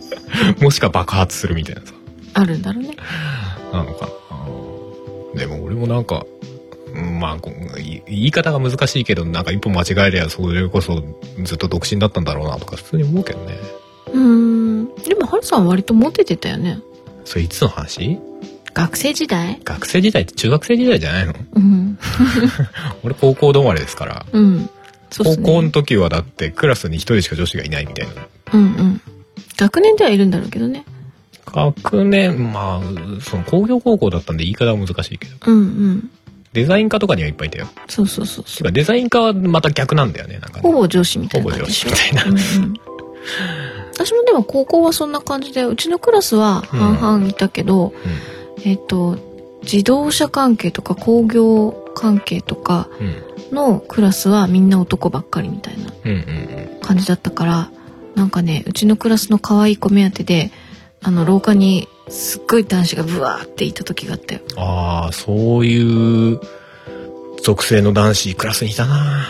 もしくは爆発するみたいなさ。
あるんだろうね
なのかな。でも俺もなんか、うんまあ、こい言い方が難しいけど、なんか一歩間違えりゃ、それこそずっと独身だったんだろうなとか、普通に思うけどね。
うーんでもハルさんは割とモテてたよね
それいつの話
学生時代
学生時代って中学生時代じゃないの
うん
俺高校止まりですから。
うんそう
高
っすね
校の時はだってクラスに一人しか女子がいないみたいな。
うんうん学年ではいるんだろうけどね
学年、まあ、その工業高校だったんで言い方は難しいけど。
うんうん
デザイン科とかにはいっぱいいたよ。
そうそうそう
て
そう
かデザイン科はまた逆なんだよね、なんかね、
ほぼ上司みたい
ほ
な
ぼ
感じ
上
でし
司
ょ
みたいな。
うんうん私もでも高校はそんな感じでうちのクラスは半々いたけど、えっ、と自動車関係とか工業関係とか
うん。うん。
のクラスはみんな男ばっかりみたいな
うんうん
感じだったからなんかねうちのクラスの可愛い子目当てであの廊下にすっごい男子がブワーっていた時があったよ
うん。ああ、そういう属性の男子クラスにいたな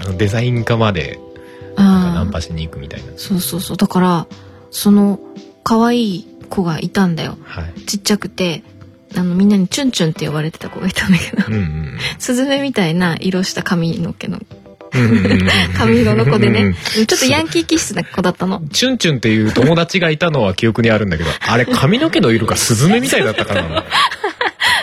あのデザイン科までなんかナ
あ
ン
あ
パしに行くみたいな。
そうそうそうだからその可愛い子がいたんだよ
はい。
ちっちゃくてあのみんなにチュンチュンって呼ばれてた子がいたんだけど
うんうん。
スズメみたいな色した髪の毛の
うんうんうんうん
髪色の子で
うんう
ね
ん
ちょっとヤンキー気質な子だったの
チュンチュンっていう友達がいたのは記憶にあるんだけ (laughs) ど、あれ髪の毛の色がスズメみたいだったからな。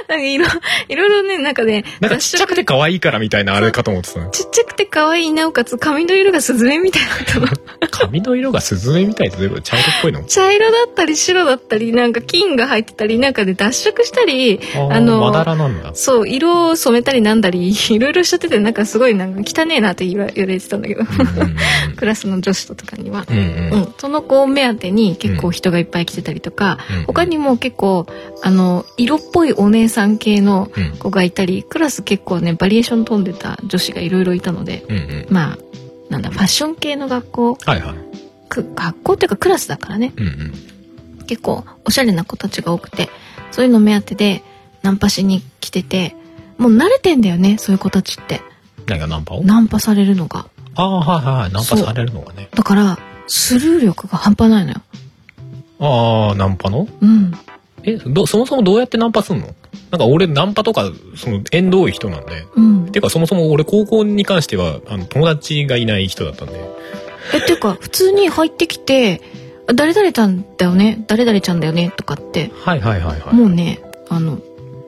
なんかいろいろいろねなんかね
なんかちっちゃくて可愛いからみたいなあれかと思ってたの。
ちっちゃくて可愛いなおかつ髪の色がスズメみたいだったの
髪の色がスズメみたいってどういうこと茶色っぽいの
茶色だったり白だったりなんか金が入ってたりなんかで脱色したり
ー
あの
まだらなんだ。
そう色を染めたりなんだり (laughs) いろいろしちゃっててなんかすごいなんか汚ねえなって言わ言われてたんだけど (laughs) クラスの女子とかには。
うんうんうん。うんう
うんん、その子を目当てに結構人がいっぱい来てたりとか、
うん
他にも結構あの色っぽいお姉さん系の
うん
子がいたりクラス結構ねバリエーション飛んでた女子がいろいろいたので
うんうん。
まあなんだファッション系の学校
はいはい。
く学校っていうかクラスだからね
うんうん。
結構おしゃれな子たちが多くてそういうの目当てでナンパしに来ててもう慣れてんだよねそういう子たちって
何かナンパを
ナンパされるのが
ああ、はいはい。ナンパされるのがね。
だからスルー力が半端ないのよ
ああ、ナンパの
うん
えど、そもそもどうやってナンパすんのなんか俺ナンパとか、その縁遠い人なんで。
うん
てかそもそも俺高校に関しては、あの、友達がいない人だったんで。
えっていうか普通に入ってきて「あ誰々ちゃんだよね誰々ちゃんだよね」とかって
はいはいはいはい。
もうねあの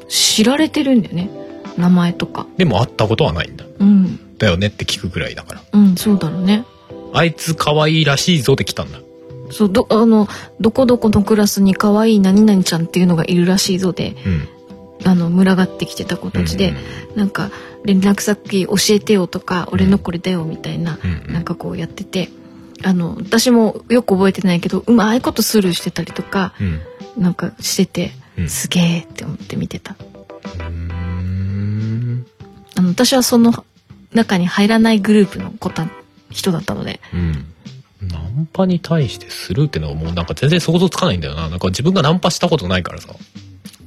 知られてるんだよね名前とか
でも会ったことはないんだ。
うん
だよねって聞くくらいだから。
うんそうだろうね
あいつ可愛いらしいぞって来たんだ。
そうどあのどこどこのクラスに可愛い何々ちゃんっていうのがいるらしいぞで
うん。
あの群がってきてた子たちで、なんか連絡先教えてよとか俺のこれだよみたいな
う、んうん
なんかこうやっててあの私もよく覚えてないけどうまいことスルーしてたりとか
うん。
なんかしてて
うん
すげえって思って見てた
うん。
あの私はその中に入らないグループの子た人だったので
うん。ナンパに対してするってのはもうなんか全然想像つかないんだよな。なんか自分がナンパしたことないからさ。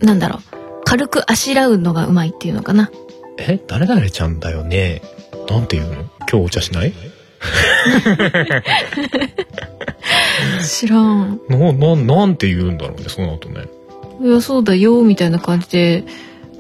なんだろう軽くあしらうのがうまいっていうのかな
え誰々ちゃんだよね。なんて言うの今日お茶しない
知らん。
な、な、なんて言うんだろうね、その後ね。
いや、そうだよ、みたいな感じで、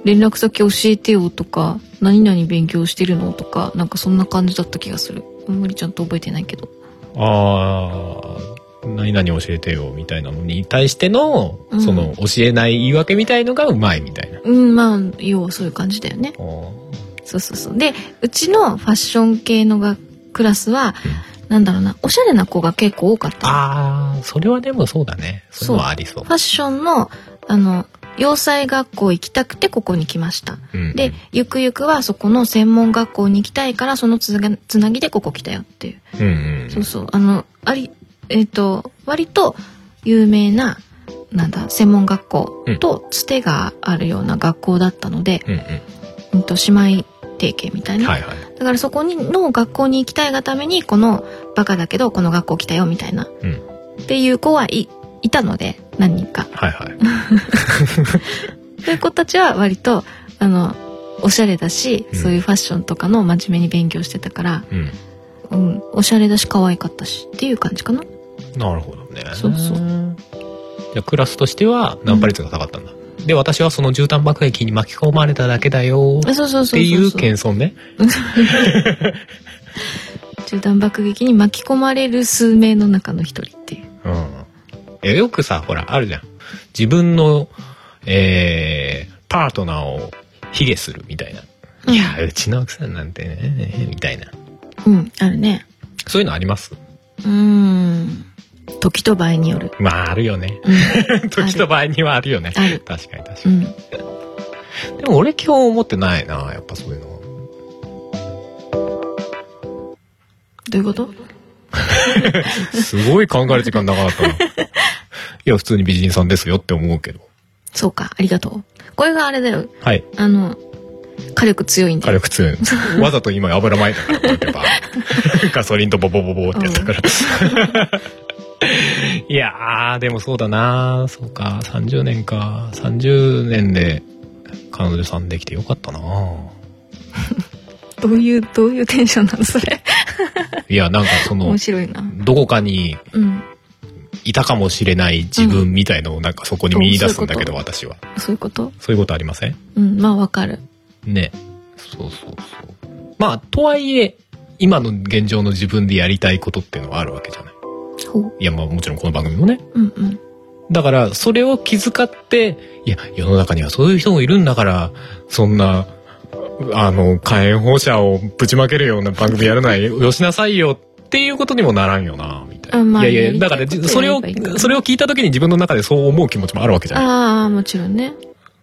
連絡先教えてよとか、何々勉強してるのとか、なんかそんな感じだった気がする。あんまりちゃんと覚えてないけど。
ああ、何々教えてよ、みたいなのに対しての
う、ん
その、教えない言い訳みたいのがうまいみたいな。
うん、まあ、要はそういう感じだよね。
あー
そうそうそう。で、うちのファッション系のがクラスは、なんだろうな、おしゃれな子が結構多かったの。
あー、それはでもそうだね。それはありそう
フ。ァッションの、あの、洋裁学校行きたくてここに来ました。
うん
で、ゆくゆくはそこの専門学校に行きたいから、そのつなつなぎでここ来たよっていう。
うんうん
そうそう。あの、あり、えっ、と、割と有名な、なんだ、専門学校とつてがあるような学校だったので、
うん
うんと、姉妹提携みたい
うん。
な。
はいはい。
だからそこにの学校に行きたいがために、このバカだけどこの学校来たよみたいな。
うん。
っていう子はい、いたので、何人か。
はいはい。
そういう子たちは割と、あの、おしゃれだし、
うん
そういうファッションとかの真面目に勉強してたから、
うん。
うん、おしゃれだし可愛かったしっていう感じかな。
なるほどね。
そうそう
じゃあクラスとしてはナンパ率が下がったんだ。で、私はその絨毯爆撃に巻き込まれただけだよ
あそ
っ
うそうそうそうそう。
ていう謙遜ね。
中断爆撃に巻き込まれる数名の中の一人っていう。
うん。えよくさ、ほら、あるじゃん。自分の、えー、パートナーを卑下するみたいな。
うん
いや、うちの奥さんなんてね、みたいな。
うん、あるね。
そういうのあります
うーん。時と場合による。
まあ、あるよね。
うん、
時と場合にはあるよね。
ある
確かに確か
う
に。
ん。
でも俺基本思ってないな、やっぱそういうの。
どういうこと
すごい考える時間長か (laughs) ったな。いや、普通に美人さんですよって思うけど。
そうか、ありがとう。これがあれだよ。
はい。
あの、火力強いんだ
火
よ。
力強 (laughs) いの。わざと今油まいたから、こうやってバ (laughs) ーンガソリンとボボボボってやったから。いやー、でもそうだなそうか、30年か。30年で彼女さんできてよかったな
どういう、どういうテンションなのそれ。
いや、なんかその
面、白いな。
どこかに
うん。
いたかもしれない自分みたいのをなんかそこに見出すんだけど、私は。
そういうこと
そういうことありません
うん、まあわかる。
ね。そうそうそう。まあ、とはいえ、今の現状の自分でやりたいことっていうのはあるわけじゃない。
ほう。
いや、まあもちろんこの番組もね。
うんうん。
だから、それを気遣って、いや、世の中にはそういう人もいるんだから、そんな、あの、火炎放射をぶちまけるような番組やらない、よしなさいよっていうことにもならんよな、みたい
あ
な。
まあ
いやいや、
ね
だから、
やり
じ
たい
それ
こ
を
とやればいいから、
それを聞いた時に自分の中でそう思う気持ちもあるわけじゃない。
ああ、もちろんね。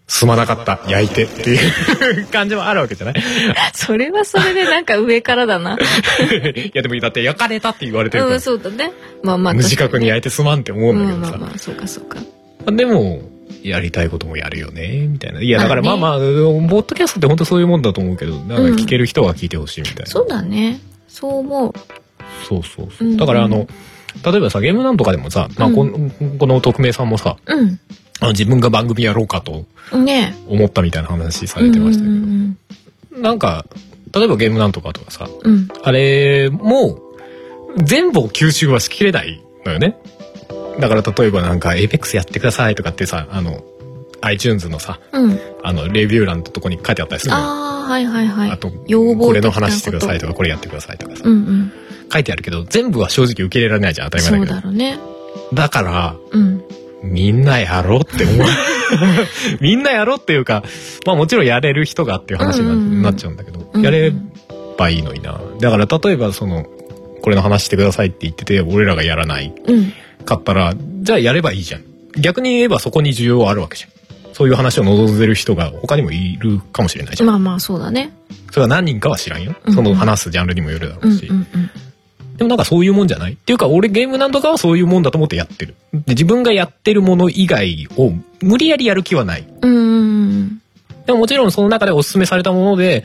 すまなかった、焼いてっていう感じもあるわけじゃない。
(laughs)
(laughs)
それはそれでなんか上からだな。
いやでもだって焼かれたって言われてるか
う
ら
ん、、そうだね。まあまあ。
無自覚に
や
焼いてすまんって思う
うん
だけ
ん、
どさ、
まあまあ、そうかそうか。
でもやりたいこともやるよねみたいないやだからま
ま
あ
あね
まあ、ポッドキャストって本当そういうもんだと思うけどなんか聞ける人は聞いてほしいみたいな、
そうだね。そう思う。
そうそうそう、
うん
だからあの例えばさゲームなんとかでもさ、まあ、このこの匿名さんもさ
う
あの自分が番組やろうかと
ん。ね
思ったみたいな話さ
え。う
れ
ん
て
う
ま
ん
したけど、なんか例えばゲームなんとかとかさ
うんうん。
あれも全部を吸収はしきれないのよね。だから例えばなんか APEX やってくださいとかってさ、あの、iTunes のさ、
うん。うん。
あの、レビュー欄のとこに書いてあったりするのよ。
ああ、はいはいはい。
あと、
要望的なこと
これの話してくださいとか、これやってくださいとかさ
う、んうん。
書いてあるけど、全部は正直受け入れられないじゃん、当たり
そ
前
う
だけど。
だろうね。
だから、
うん。
みんなやろうって思う。 (laughs) みんなやろうっていうか、まあもちろんやれる人がっていう話にな,、
うんうんうん
なっちゃうんだけど、
うん
やればいいのにな。だから例えばその、これの話してくださいって言ってて、俺らがやらない
うん。
かったら、じゃあやればいいじゃん。逆に言えばそこに需要はあるわけじゃん。そういう話を望んでる人が他にもいるかもしれないじゃん。
まあまあ、そうだね。
それは何人かは知らんよ。
うんうん
その話すジャンルにもよるだ
う
ろ
んう
うんし。
うん。
でもなんかそういうもんじゃないっていうか俺ゲームなんとかはそういうもんだと思ってやってる。で自分がやってるもの以外を無理やりやる気はない。
うんうん
でももちろんその中でおすすめされたもので、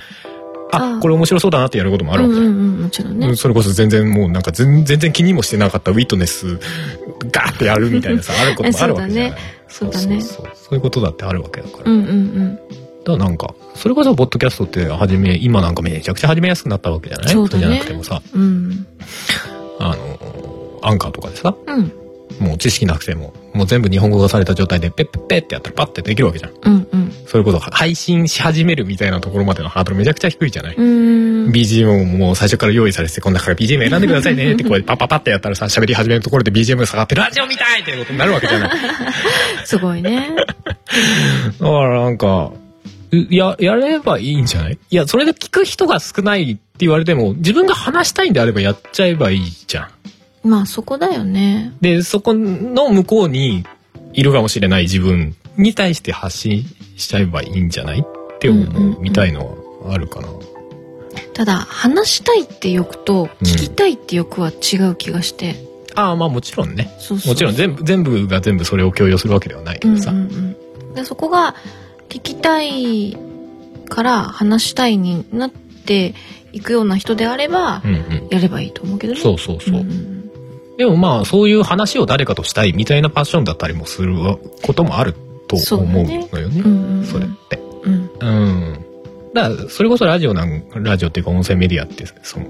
あ、
あ
これ面白そうだなってやることもあ
う
るわ
ん
けじゃん。
うん。もちろんね。
それこそ全然もうなんか全全然気にもしてなかったウィットネスガーってや
(laughs)
るみたいなさ、あることもあるわけじゃない。
そうだね
そうそうそうそういうことだってあるわけだから。
うんうんうん。
だからなんかそれこそポッドキャストって初め今なんかめちゃくちゃ始めやすくなったわけじゃない
そうだね
じゃなくてもさ
うん。
あのアンカーとかでさ
うん。
もう知識なくてももう全部日本語化された状態でペッペッペッってやったらパッてできるわけじゃん
うん。うん。
それこそ配信し始めるみたいなところまでのハードルめちゃくちゃ低いじゃない、
うーん。
BGM ももう最初から用意されてて、この中から BGM 選んでくださいねってこうやってパッパッパってやったらさ、喋り始めるところで BGM が下がってラジオみたいっていうことになるわけじゃない。だ
すごいね。
からなんか、うや、やればいいんじゃないいや、それで聞く人が少ないって言われても、自分が話したいんであればやっちゃえばいいじゃん。
まあそこだよね。
で、そこの向こうにいるかもしれない自分に対して発信しちゃえばいいんじゃないって思うみたいのはあるかな。
ただ、話したいって欲と、聞きたいって欲は違う気がして。
ああ、まあもちろんね。
そうそう。
もちろん全部、全部が全部それを強要するわけではないけ
うん
ど
うん
さ。
うん、でそこが聞きたいから話したいになっていくような人であれば、
うんうん。
やればいいと思うけどね。
そうそうそう。
んん
でもまあ、そういう話を誰かとしたいみたいなパッションだったりもすることもあると
そう
思
だ
う
ね
のよね。
うんうんうん
それって。
うん
うん。だから、それこそラジオなん、ラジオっていうか音声メディアって、その、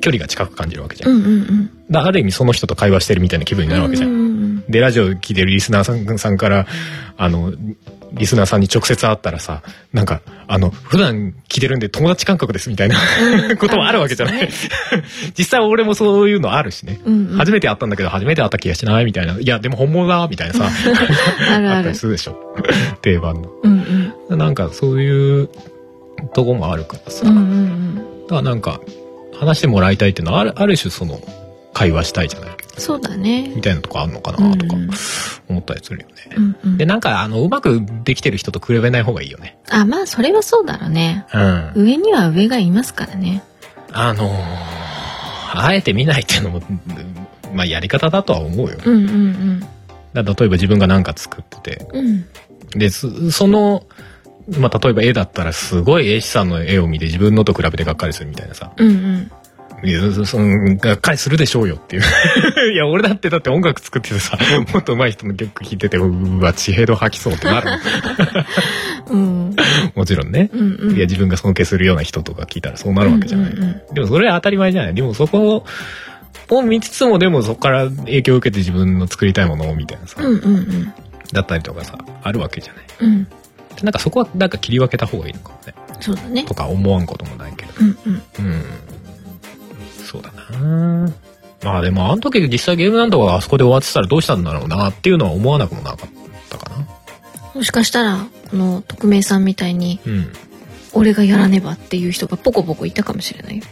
距離が近く感じるわけじゃん。
うんうんうん
だからある意味その人と会話してるみたいな気分になるわけじゃん。
うんうん
で、ラジオ聞いてるリスナーさんさんから、あの、リスナーさんに直接会ったらさ、なんか、あの、普段聞いてるんで友達感覚ですみたいな
うん
こともあるわけじゃない。実際俺もそういうのあるしね。
うんうん、
初めて会ったんだけど初めて会った気がしないみたいな。いや、でも本物だみたいなさ、
ある
あ
あ
った
る
り。するでしょ。 (laughs) 定番の。
うんうん
なんかそういうとこもあるからさ。
うんう
だから
んうん。
なんか、話してもらいたいっていうのはある、ある種その、会話したいじゃないけど、
そうだね。
みたいなとこあるのかなとか
うんうん
思ったりするよね。
うんうん
で、なんか、あの、うまくできてる人と比べない方がいいよね。
あ、まあそれはそうだろうね。
うん。
上には上がいますからね。
あのーあえて見ないっていうのも、まあ、やり方だとは思うよ。
うんうん
だから例えば自分が何か作ってて、
うん。うん
で、すその、まあ、例えば絵だったらすごい絵師さんの絵を見て自分のと比べてがっかりするみたいなさ。
うんうん。
いやそそのがっかりするでしょうよっていう。い (laughs) や、俺だってだって音楽作っててさ、もっと上手い人の曲聴いてて、うわ、地平道吐きそうってなる
うん
もん。もちろんね。
うんうん。
いや、自分が尊敬するような人とか聞いたらそうなるわけじゃない。
うんうんうん
でもそれは当たり前じゃない。でもそこを見つつも、でもそこから影響を受けて自分の作りたいものをみたいなさ、
うんうんうん
だったりとかさ、あるわけじゃない。
うん。
なんかそこはなんか切り分けた方がいいのかもね。
そうだね
と。か思わんこともないけど。
うんうん。
うん。そうだなまあでもあの時実際ゲームなんとかがあそこで終わってたらどうしたんだろうなっていうのは思わなくもなかったかな。
もしかしたらこの匿名さんみたいに
うん。
俺がやらねばっていう人がポコポコいたかもしれないよ、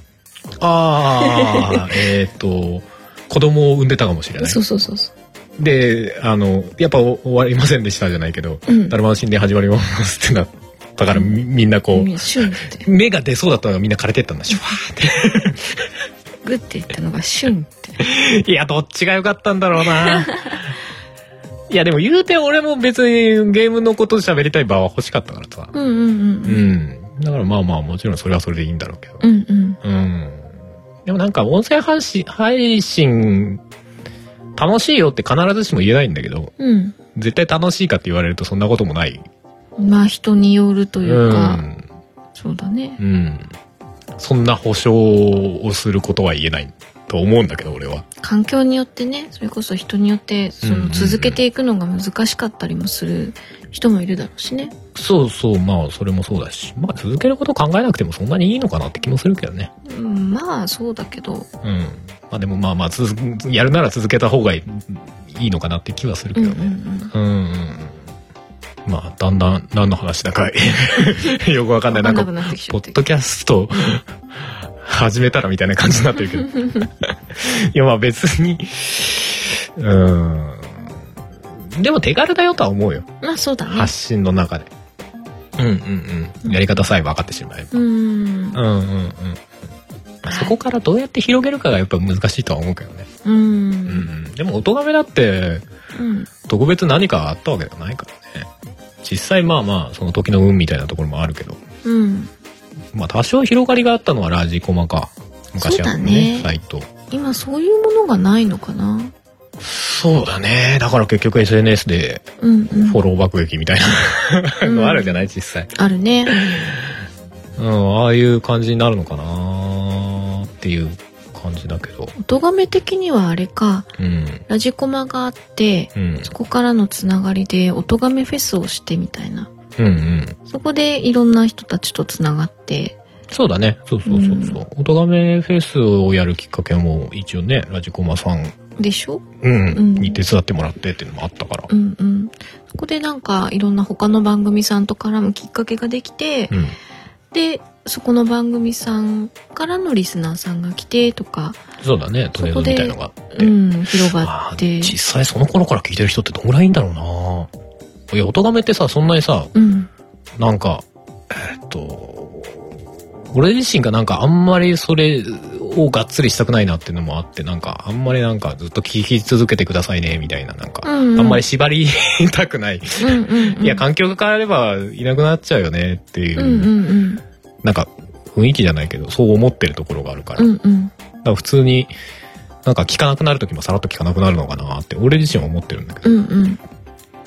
ああ、えっと、子供を産んでたかもしれない
そ。うそうそうそ
で、あの、やっぱお終わりませんでしたじゃないけど、
う、うん、
誰も死んで始まりますってなったからみみんなこう、
耳をシュンって
目が出そうだったのがみんな枯れてったんだ、シュワーって。
グッていったのがシュンって
(laughs) いや、どっちが良かったんだろうな。 (laughs) いや、でも言うて俺も別にゲームのこと喋りたい場は欲しかったからさ。
うんうんう
うんん。だからまあまあ、もちろんそれはそれでいいんだろうけど。
うんうん
うん。でもなんか音声配信、配信、楽しいよって必ずしも言えないんだけど、
うん
絶対楽しいかって言われるとそんなこともない。
まあ人によると
う
いうか、
ん。
そうだね
うん。そんな保証をすることは言えないと思うんだけど、俺は。
環境によってねそれこそ人によってそ
うんうんう
の
ん
続けていくのが難しかったりもする人もいるだろうしね
そうそう、まあ、それもそうだし、まあ、続けること考えなくてもそんなにいいのかなって気もするけどね。
うんまあそうだけど
うん。まあ、でもまあまあ、続くやるなら続けた方がいいいいのかなって気はする
う
けど
んうんう
ね。
ん
うん、うん、まあ、だんだん、何の話だか、 (laughs) よくわかんない。なん
わ
か、
かんなくなってきちゃ
ポ
って
ッドキャスト、始めたらみたいな感じになってるけど。い (laughs) や、まあ別に、うん。でも手軽だよとは思うよ。
まあそうだね
発信の中で。うんうんうん。やり方さえ分かってしまえば。
うん
うんうんうん。そこからどうやって広げるかがやっぱ難しいとは思うけどね。
う
うんうんん。でも、お咎めだって、
うん
特別何かあったわけではないからね。実際まあまあ、その時の運みたいなところもあるけど。
うん、
まあ、多少広がりがあったのはラジコマか。昔あった
そうだね
サイト。
今そういうものがないのかな
そうだねだから結局 SNS で
うんうん
フォロー爆撃みたいな (laughs) のあるじゃない実際、
あるね
うん、ああいう感じになるのかなっていう感じだけど
音がめ的にはあれか
うん
ラジコマがあって
うん
そこからのつながりで音がめフェスをしてみたいな
うんうん
そこでいろんな人たちとつながって
そうだねそうそうそうそう音がめフェスをやるきっかけも一応ねラジコマさん、
でしょ
うん
うん
に手伝ってもらってっていうのもあったから
うんうんそこでなんかいろんな他の番組さんと絡むきっかけができて
うん
でそこの番組さんからのリスナーさんが来てとか
そうだねトレードみたいのがあって
うん広が
あ
って
実際その頃から聞いてる人ってどんぐらいいんだろうないや音がめってさそんなにさ
うん
なんかえーっと俺自身がなんかあんまりそれをがっつりしたくないなっていうのもあってなんかあんまりなんかずっと聞き続けてくださいねみたいななんか、
うんうん
あんまり縛りたくない、
うんうんうん
いや環境が変わればいなくなっちゃうよねっていう、
うんうんうん
なんか雰囲気じゃないけどそう思ってるところがあるから、
うんうん
だから普通になんか聞かなくなる時もさらっと聞かなくなるのかなって俺自身は思ってるんだけど
うんうん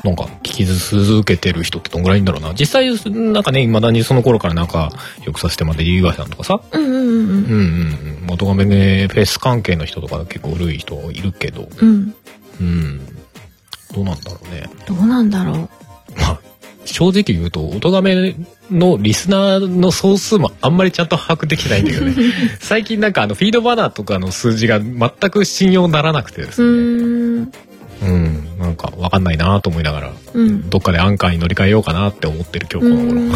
なんか聞き続けてる人ってどんぐらいいんだろうな。実際、なんかね、未だにその頃からなんか、よくさせてもらって、ゆうわさんとかさ、
うんうんうんうん
うんうんうん、元がめね、フェス関係の人とか結構古い人いるけど、
うん、
うん、どうなんだろうね。
どうなんだろう。
まあ、正直言うと、音がめのリスナーの総数もあんまりちゃんと把握できてないんだけ
(laughs)
どね。最近なんかあの、フィードバナーとかの数字が全く信用ならなくてで
うー
すね。
ん、
うん、なんかわかんないなと思いながら、
うん、
どっかでアンカーに乗り換えようかなって思ってる今日この頃。
うん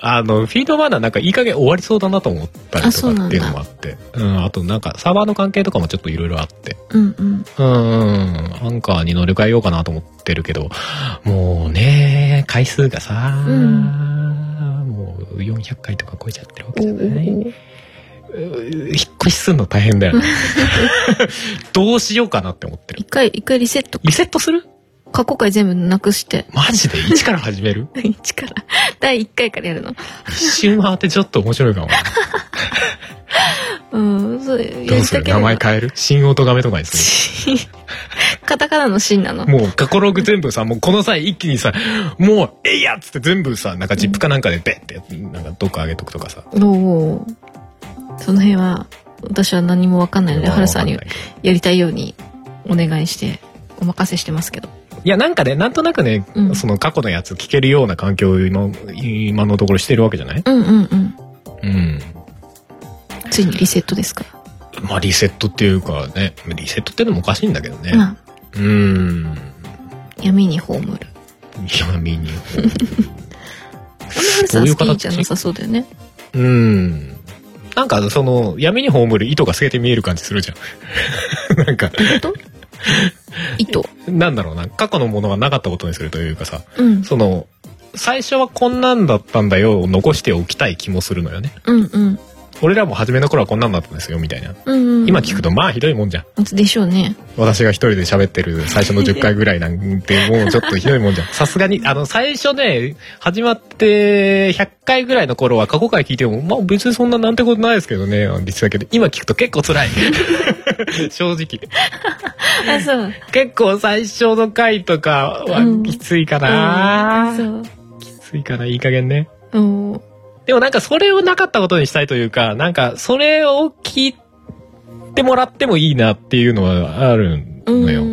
あの、フィードバーナーなんかいい加減終わりそうだなと思ったり
あ
と
そう
か
な
っ
ん
て
だ
いうのもあって。うん、あとなんかサーバーの関係とかもちょっといろいろあって。
うんうん、
うん、うん、アンカーに乗り換えようかなと思ってるけど、もうね、回数がさ、
うん
もう400回とか超えちゃってるわけ
お
じ
う
ゃ
おう
ない。うん引っ越しするの大変だ
(laughs)
よね。どうしようかなって思ってる。
一回一回リセット
リセットする
過去回全部なくして
マジで一から始める
一から第一回からやるの
一瞬回ってちょっと面白いか
(laughs)
もな。
うんそうや
どう
り
す
た
る
ければ
名前変える新音亀とかにする
カタカナのシーンなの
もう過去ログ全部さ、もうこの際一気にさ、もう、えいやっつって全部さ、なんかジップかなんかでベッてやって、なんかどっか上げとくとかさ。
おおその辺は私は何もわかんないので原さんに
わかないけど
やりたいようにお願いしてお任せしてますけど
いや、なんかね、なんとなくね、
うん
その過去のやつ聞けるような環境を今、今のところしてるわけじゃない
うんうんうん
うん。
ついにリセットですか
まあリセットっていうかね、リセットってのもおかしいんだけどね。
まあ
うーん。
闇に葬る
闇に。
あんま原
ど
さん
うい
好
う形
きじゃなさそうだよね
うん。なんかその闇に葬る糸が透けて見える感じするじゃん。 (laughs) なんか、
糸糸
なんだろうな、過去のものがなかったことにするというかさ、
うん
その、最初はこんなんだったんだよを残しておきたい気もするのよね。
うんうん
俺らも初めの頃はこんなんだったんですよ、みたいな。
うんうん
今聞くとまあひどいもんじゃん。
でしょうね
私が一人で喋ってる最初の10回ぐらいなんてもうちょっとひどいもんじゃん。さすがに、あの、最初ね、始まって100回ぐらいの頃は過去回聞いても、まあ別にそんななんてことないですけどね、実だけど、今聞くと結構辛い。 (laughs) 正直。
あそう
結構最初の回とか
うん
はきついかな、
うん
きついかないい加減ね
そうおー
でもなんかそれをなかったことにしたいというかなんかそれを聞いてもらってもいいなっていうのはある
うん
のよ、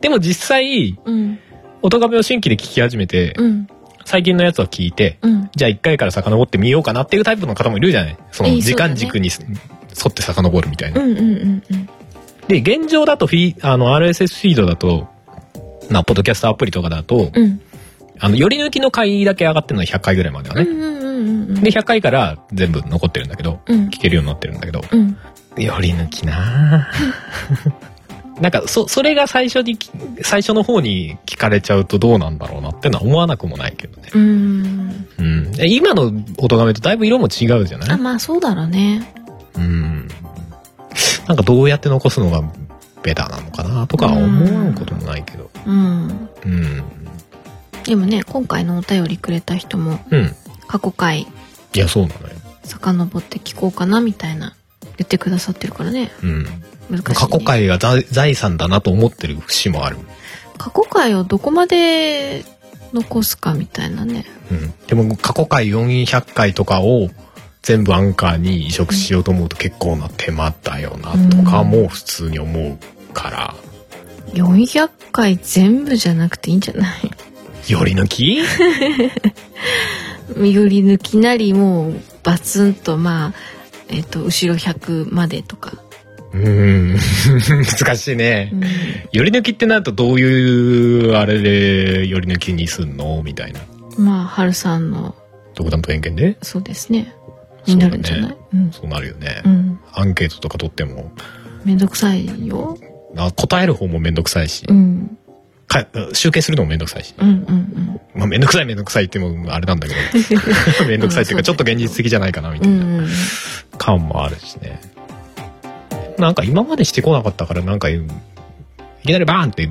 でも実際
うん
音亀を新規で聞き始めて、
うん
最近のやつを聞いて
うん
じゃあ一回から遡ってみようかなっていうタイプの方もいるじゃないそ
いい
の
そ
時
うだね
間軸に沿って遡るみたいな
う、んうんうんうん
で現状だとフィあの RSS フィードだとなポッドキャストアプリとかだと
うん
あの、寄り抜きの回だけ上がってるのは100回ぐらいまでは
う
ね。
んうんうんうん
で、100回から全部残ってるんだけど、
うん
聞けるようになってるんだけど、
うん
寄り抜きな (laughs) ぁなんか、そ、それが最初にき、最初の方に聞かれちゃうとどうなんだろうなってのは思わなくもないけどね。
うん
うん。で今の音がめとだいぶ色も違うじゃな
あ
い
まあそうだろうね
うん。なんかどうやって残すのがベターなのかなとか思うこともないけど。
うん
うん。
でもね今回のお便りくれた人も
うん。
過去回
いや、そうなのよ。
遡って聞こうかなみたいな言ってくださってるからね
うん。
難しい、ね、
過去回が財財産だなと思ってる節もある。
過去回をどこまで残すかみたいなね
うん。でも過去回400回とかを全部アンカーに移植しようと思うと結構な手間だよなとかも普通に思うから。
400回全部じゃなくていいんじゃない
より抜き
(laughs) より抜きなりもうバツンとまあえっと後ろ100までとか、
うーん。難しいね。
うん
より抜きってなるとどういうあれでより抜きにすんのみたいな。
まあ春さんの
独断と偏見で
そうですねになるんじゃないう,、
そうなるよね。
ん、うん、
アンケートとか取っても
めんどくさいよ、
あ答える方もめんどくさいし、
うん、
か集計するのもめんどくさいし、
うんうんうん
まあ、めんどくさいめんどくさいって言ってもあれなんだけどめんどくさいっていうかちょっと現実的じゃないかなみた
う
い
ん
な
うん
感もあるしねなんか今までしてこなかったからなんかいきなりバーンって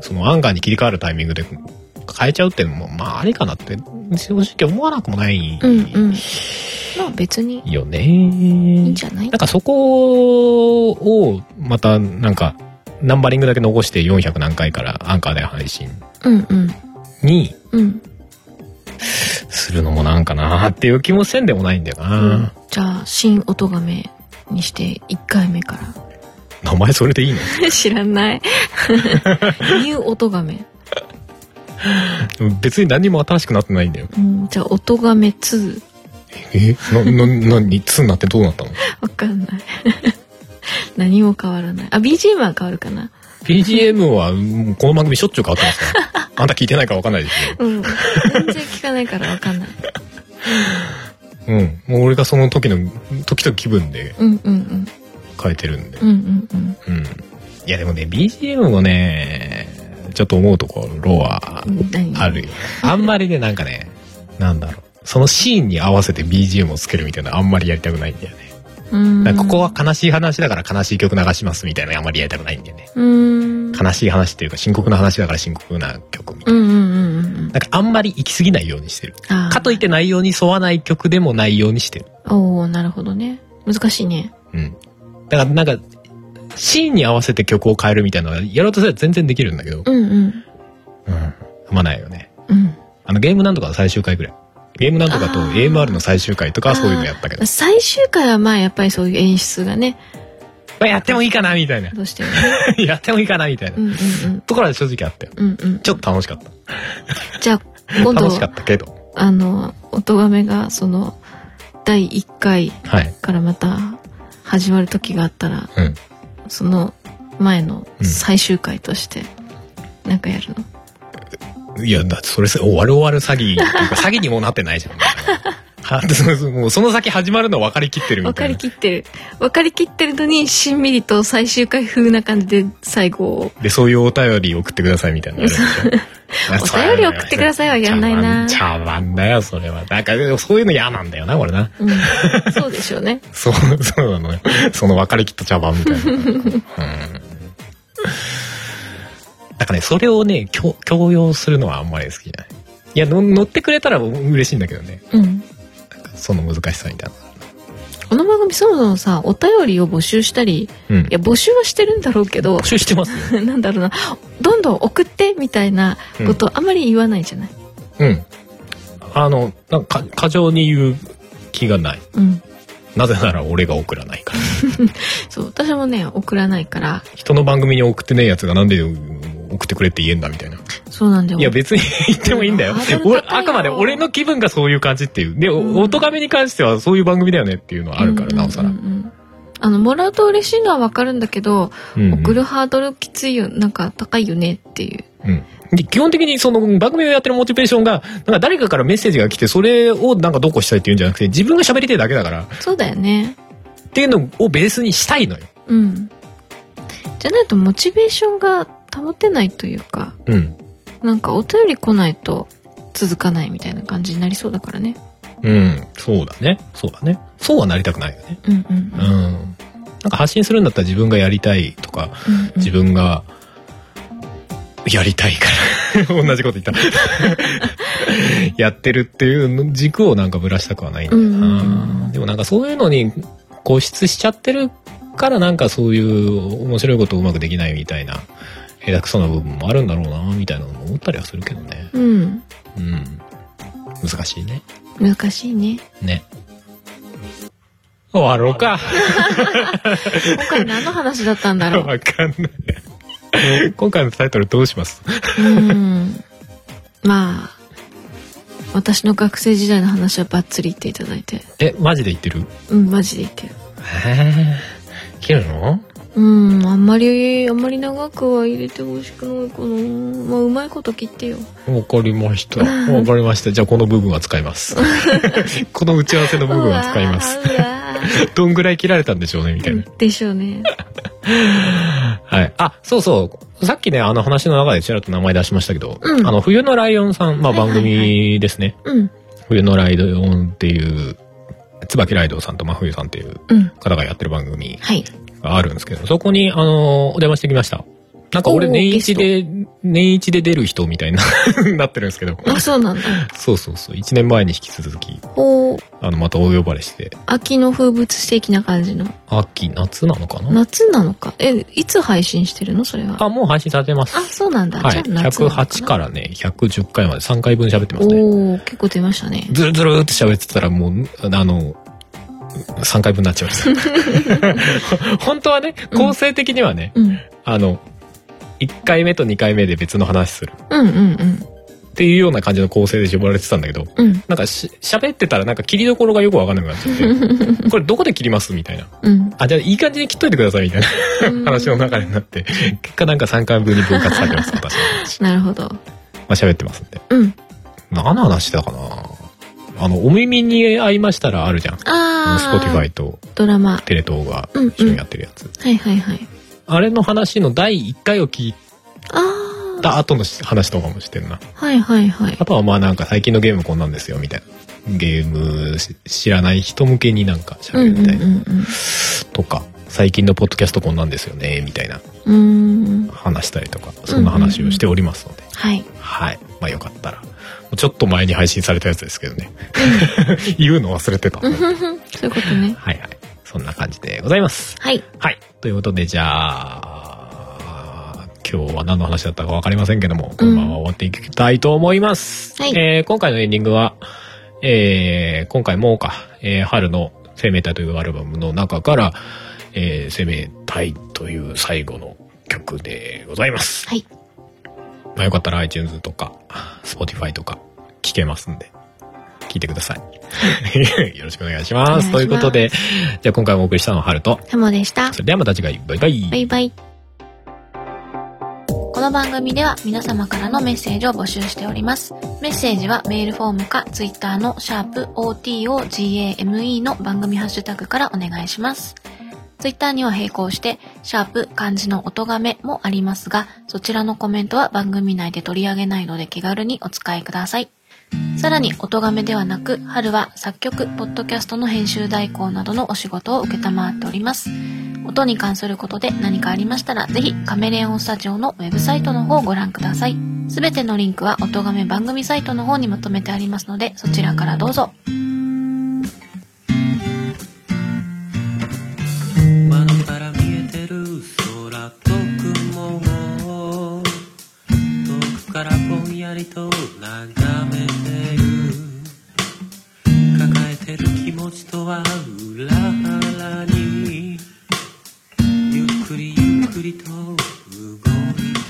そのアンガーに切り替わるタイミングで変えちゃうっていうのもまあありかなって正直思わなくもない
うんうんまあ別に
よね、
いいんじゃない
なんかそこをまたなんかナンバリングだけ残して400何回からアンカーで配信
うんうん
に
うん
するのもなんかなっていう気もせんでもないんだよな、
うんじゃあ新音がめにして1回目か
名前それでいいの
ら (laughs) 知ら (laughs) ないニュー音がめ、
別に何にも新しくなってないんだよ
うん、じゃあ音がめ2
えなな何2になってどうなったの
わかんない (laughs) 何も変わらないあ BGM は変わるかな
?PGM はもうこの番組しょっちゅう変わってますから (laughs) あんた聞いてないから分かんないですよ
(laughs) うん全然聞かないからわかんない
うんもう俺がその時の時と気分で
うんうんうん
変えてるんで
うんうんうん
うんいやでもね BGM もねちょっと思うところは
うん何
あるよあんまりねなんかねなんだろうそのシーンに合わせて BGM をつけるみたいなのあんまりやりたくないんだよね
うん
なんかここは悲しい話だから悲しい曲流しますみたいなのあんまりやりたくないんだよね。
うん
悲しい話っていうか深刻な話だから深刻な曲みた
う
い
ん
な。
うんうんうんう
な
ん
んかあんまり行き過ぎないようにしてる。
あー
かといって内容に沿わない曲でもないようにしてる。
おおなるほどね難しいね
うん。だからなんか、シーンに合わせて曲を変えるみたいなのはやろうとすれば全然できるんだけど、
うんうん
うん。あんまないよね。
うん
あのゲームなんとかの最終回ぐらい。ゲームなんとかと
あー
AMR の最終回とかはそういうのやったけど、ま
最終回はまあやっぱりそういう演出がね
あやってもいいかなみたいな。
どうしても
(laughs)
ね
やってもいいかなみたいな。
うんうんうん
ところは正直あったよ。
うんうん
ちょっと楽しかった。
じゃあ今度
楽しかったけど。
あの音がめがその第1回
はい。
からまた始まる時があったら
うん。
その前の
うん
最終回としてなんかやるの、
いや、だってそれさ終わる終わる詐欺っていう
(laughs)
か、詐欺にもなってないじゃん。はそうそうもうその先始まるの分かりきってるみ
分
た
か
い
り
な。
きってる分かりきってるのにしんみりと最終回風な感じで最後を
で、そういうお便り送ってくださいみたいなのあるでしょ。
(laughs) お便り送ってくださいはやんないな
茶番茶番だよ、それは。なんか、そういうの嫌なんだよな、これな。
うん、そうでしょうね。
そう、そうなのよ。その分かりきった茶番みたいな。うん。なんかね、それをね、強強要するのはあんまり好きじゃない。いや、の乗ってくれたら嬉しいんだけどね。
うん。
その難しさみたいな。
この番組そもそもさ、お便りを募集したり、い
うん。
や、募集はしてるんだろうけど
募、集してますよ。
(laughs) なんだろうな、どんどん送ってみたいなことあんまり言わないじゃない。
うん。あの、なんか、過剰に言う気がない。
うん。
なぜなら俺が送らない
(laughs)
から。
そう、私もね、送らないから、
人の番組に送ってねえやつがなんでうん送ってくれって言えんだみたいな。
そうなんだよ。
いや別に言ってもいいんだよ
ハードル。高いよ
俺あくまで俺の気分がそういう感じっていう。で、
うん
お音亀に関してはそういう番組だよねっていうのはあるから、なおさら
うんう。んうんあの、もらうと嬉しいのはわかるんだけど、
うんうん
送るハードルきついよ、なんか高いよねっていう。
うんで基本的にその番組をやってるモチベーションが、なんか誰かからメッセージが来て、それをなんかどうこうしたいっていうんじゃなくて、自分が喋りたいだけだから、
そうだよね。
っていうのをベースにしたいのよ。
うん。じゃないとモチベーションが保てないというか、
うん。
なんかお便り来ないと続かないみたいな感じになりそうだからね。
うん、そうだね。そうだね。そうはなりたくないよね。
うんうん
うん。なんか発信するんだったら自分がやりたいとか、
うん
自分が、やりたいから。 (laughs) 同じこと言
(laughs)
った。やってるっていうの軸をなんかぶらしたくはないんだよ
うんうんう
な。でもなんかそういうのに固執しちゃってるからなんかそういう面白いことをうまくできないみたいな下手くそな部分もあるんだろうなみたいなのも思ったりはするけどね
うん。
うん難しいね
難しいね。
ね終わろうか
今回何の話だったんだろう。
わかんない今回のタイトルどうします
うん。まあ、私の学生時代の話はバッツリ言っていただいて。
えマジで言ってる
うん、マジで言ってる。
えー、切るの
うん、あんまり、あんまり長くは入れてほしくないかな。まあ、うまいこと切ってよ。
わかりました。わかりました。じゃあこの部分は使い (laughs) ます。この打ち合わせの部分は使います。
うわー。
どんぐらい切られたんでしょうねみたいな。
でしょうね。
はい。あ、そうそう。さっきね、あの話の中でちらっと名前出しましたけど、
うん
あの、冬のライオンさん、まあ
はいは
番
いはい
組ですね。
うん、
冬のライオンっていう、椿ライドウさんと真冬さんっていう
うん。
方がやってる番組
はい。
があるんですけど、そこに、あの、お邪魔してきました。なんか俺
おー
年一で、年一で出る人みたいな、 (laughs) なってるんですけど。
あ、そうなんだ。
そうそうそう。1年前に引き続き、
お
あの、またお呼ばれして、
秋の風物詩的な感じの。
秋、夏なのかな
夏なのか。え、いつ配信してるのそれは。
あ、もう配信されてます。
あ、そうなんだ。
はい。
じゃあ夏なのかな。
108からね、110回まで3回分喋ってますね。
おお、結構出ましたね。
ずるずるって喋ってたらもう、あの、3回分になっちゃいま
(laughs)
した。本当はね、構成的にはね、
うん。うん
あの、1回目と2回目で別の話する
うんうん。
っていうような感じの構成で絞られてたんだけど、
うん
なんかし喋ってたらなんか切りどころがよくわかんなくなっち
(laughs)
ゃって、これどこで切りますみたいな。
うん。
あ、じゃあいい感じに切っといてくださいみたいな。話の流れになって、 (laughs) 結果なんか3回分に分割されてます、私たち。ま
なるほど。
あ喋ってますんで。
うん。
何の話だかなあの、お耳に合いましたらあるじゃん。
ああ。
スポティファイと
ドラマ。
テレ東が
うんうん
一緒にやってるやつ。
はいはいはい。
あれの話の第1回を聞い
ああ。
た後の話とかもしてるな。
はいはいはい
あ。とはまあなんか最近のゲームこんなんですよ、みたいな。ゲームし知らない人向けになんか
う
喋
んう
る
ん
み
う
たいな。
ん
とか、最近のポッドキャストこんなんですよね、みたいな
うん。うーん。
話したりとか、そんな話をしておりますので。
はい。
はい。まあよかったら。ちょっと前に配信されたやつですけどね。 (laughs) 言うの忘れてた。は
うん (laughs)
い
ふんふんそういうことね。
はい。そんな感じでございます。
はい。
はい。ということで、じゃあ、今日は何の話だったかわかりませんけども、このまま終わっていきたいと思います。
はい
えー今回のエンディングは、えー今回もか、えー春の生命体というアルバムの中から、えー生命体という最後の曲でございます。
はい。
まあ、よかったら iTunes とか Spotify とか聞けますんで、聞い (laughs) てください。よろしくお願いします。
お願いします
ということで、じゃあ今回もお送りしたのはハルと、
ハモでした。
それではまた次回、バイバイ。
バイバイ。この番組では皆様からのメッセージを募集しております。メッセージはメールフォームか Twitter のシャープ o t o g a m e の番組ハッシュタグからお願いします。Twitter には並行して、シャープ漢字の音めもありますが、そちらのコメントは番組内で取り上げないので気軽にお使いください。さらに、音めではなく、春は作曲、ポッドキャストの編集代行などのお仕事を受けたまわっております。音に関することで何かありましたら、ぜひカメレオンスタジオのウェブサイトの方をご覧ください。すべてのリンクは音亀番組サイトの方にまとめてありますので、そちらからどうぞ。
窓から見えてる空と雲を遠くからぼんやりと眺めてる抱えてる気持ちとは裏腹にゆっくりゆっくりと動い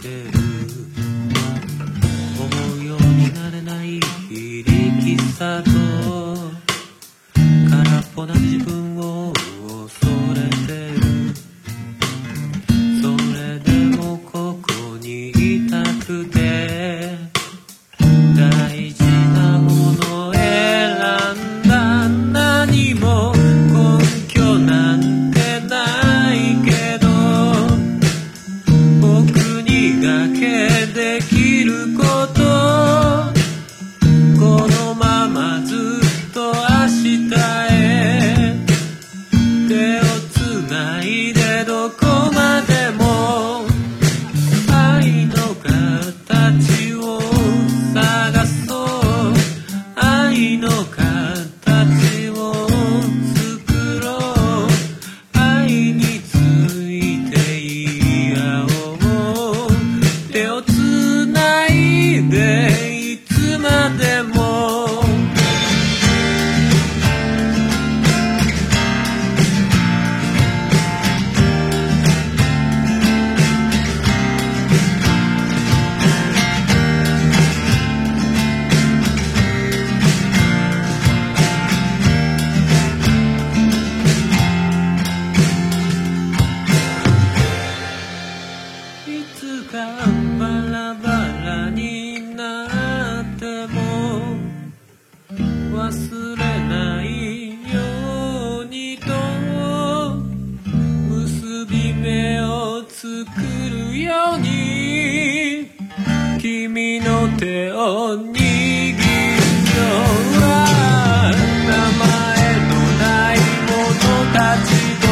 てる思うようになれない非力さと空っぽな自分を恐れてるそれでもここにいたくて大事なものを選んだ何も根拠なんてないけど僕にだけできることこのままずっと明日へでも忘れないようにと結び目を作るように君の手を握るよ名前のない者たちと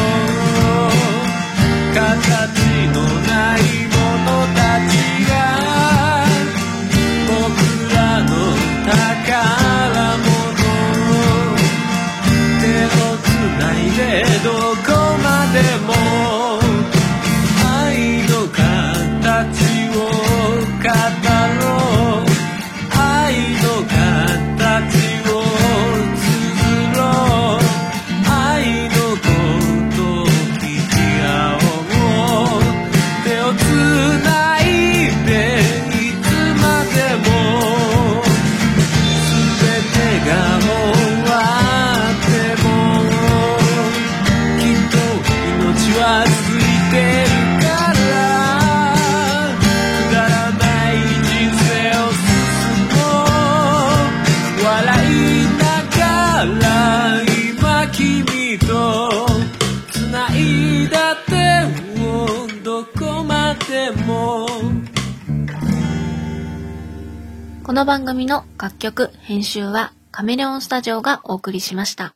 形のない者たちが僕らの宝物手をつないでどこまでも愛の形を語ろう愛の形を綴ろう愛のことを聞き合おう手をつないでいつまでも全てが終わってもきっと命はついてるからくだらない人生を進もう笑いながら今君と繋いだ手をどこまでも
この番組の楽曲、編集はカメレオンスタジオがお送りしました。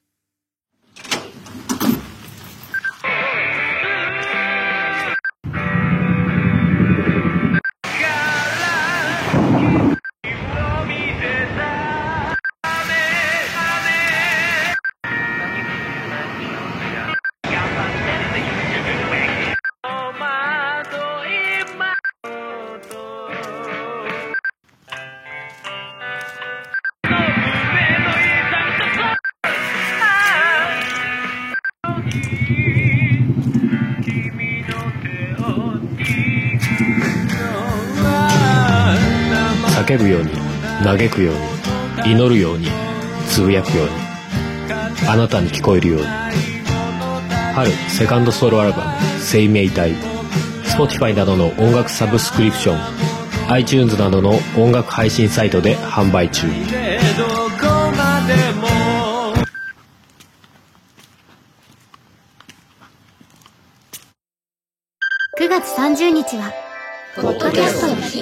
叫ぶように嘆くように祈るようにつぶやくようにあなたに聞こえるように春セカンドソロアルバム「生命体」Spotify などの音楽サブスクリプション iTunes などの音楽配信サイトで販売中
でどこまでも
9月30日は、ポッドキャストの日。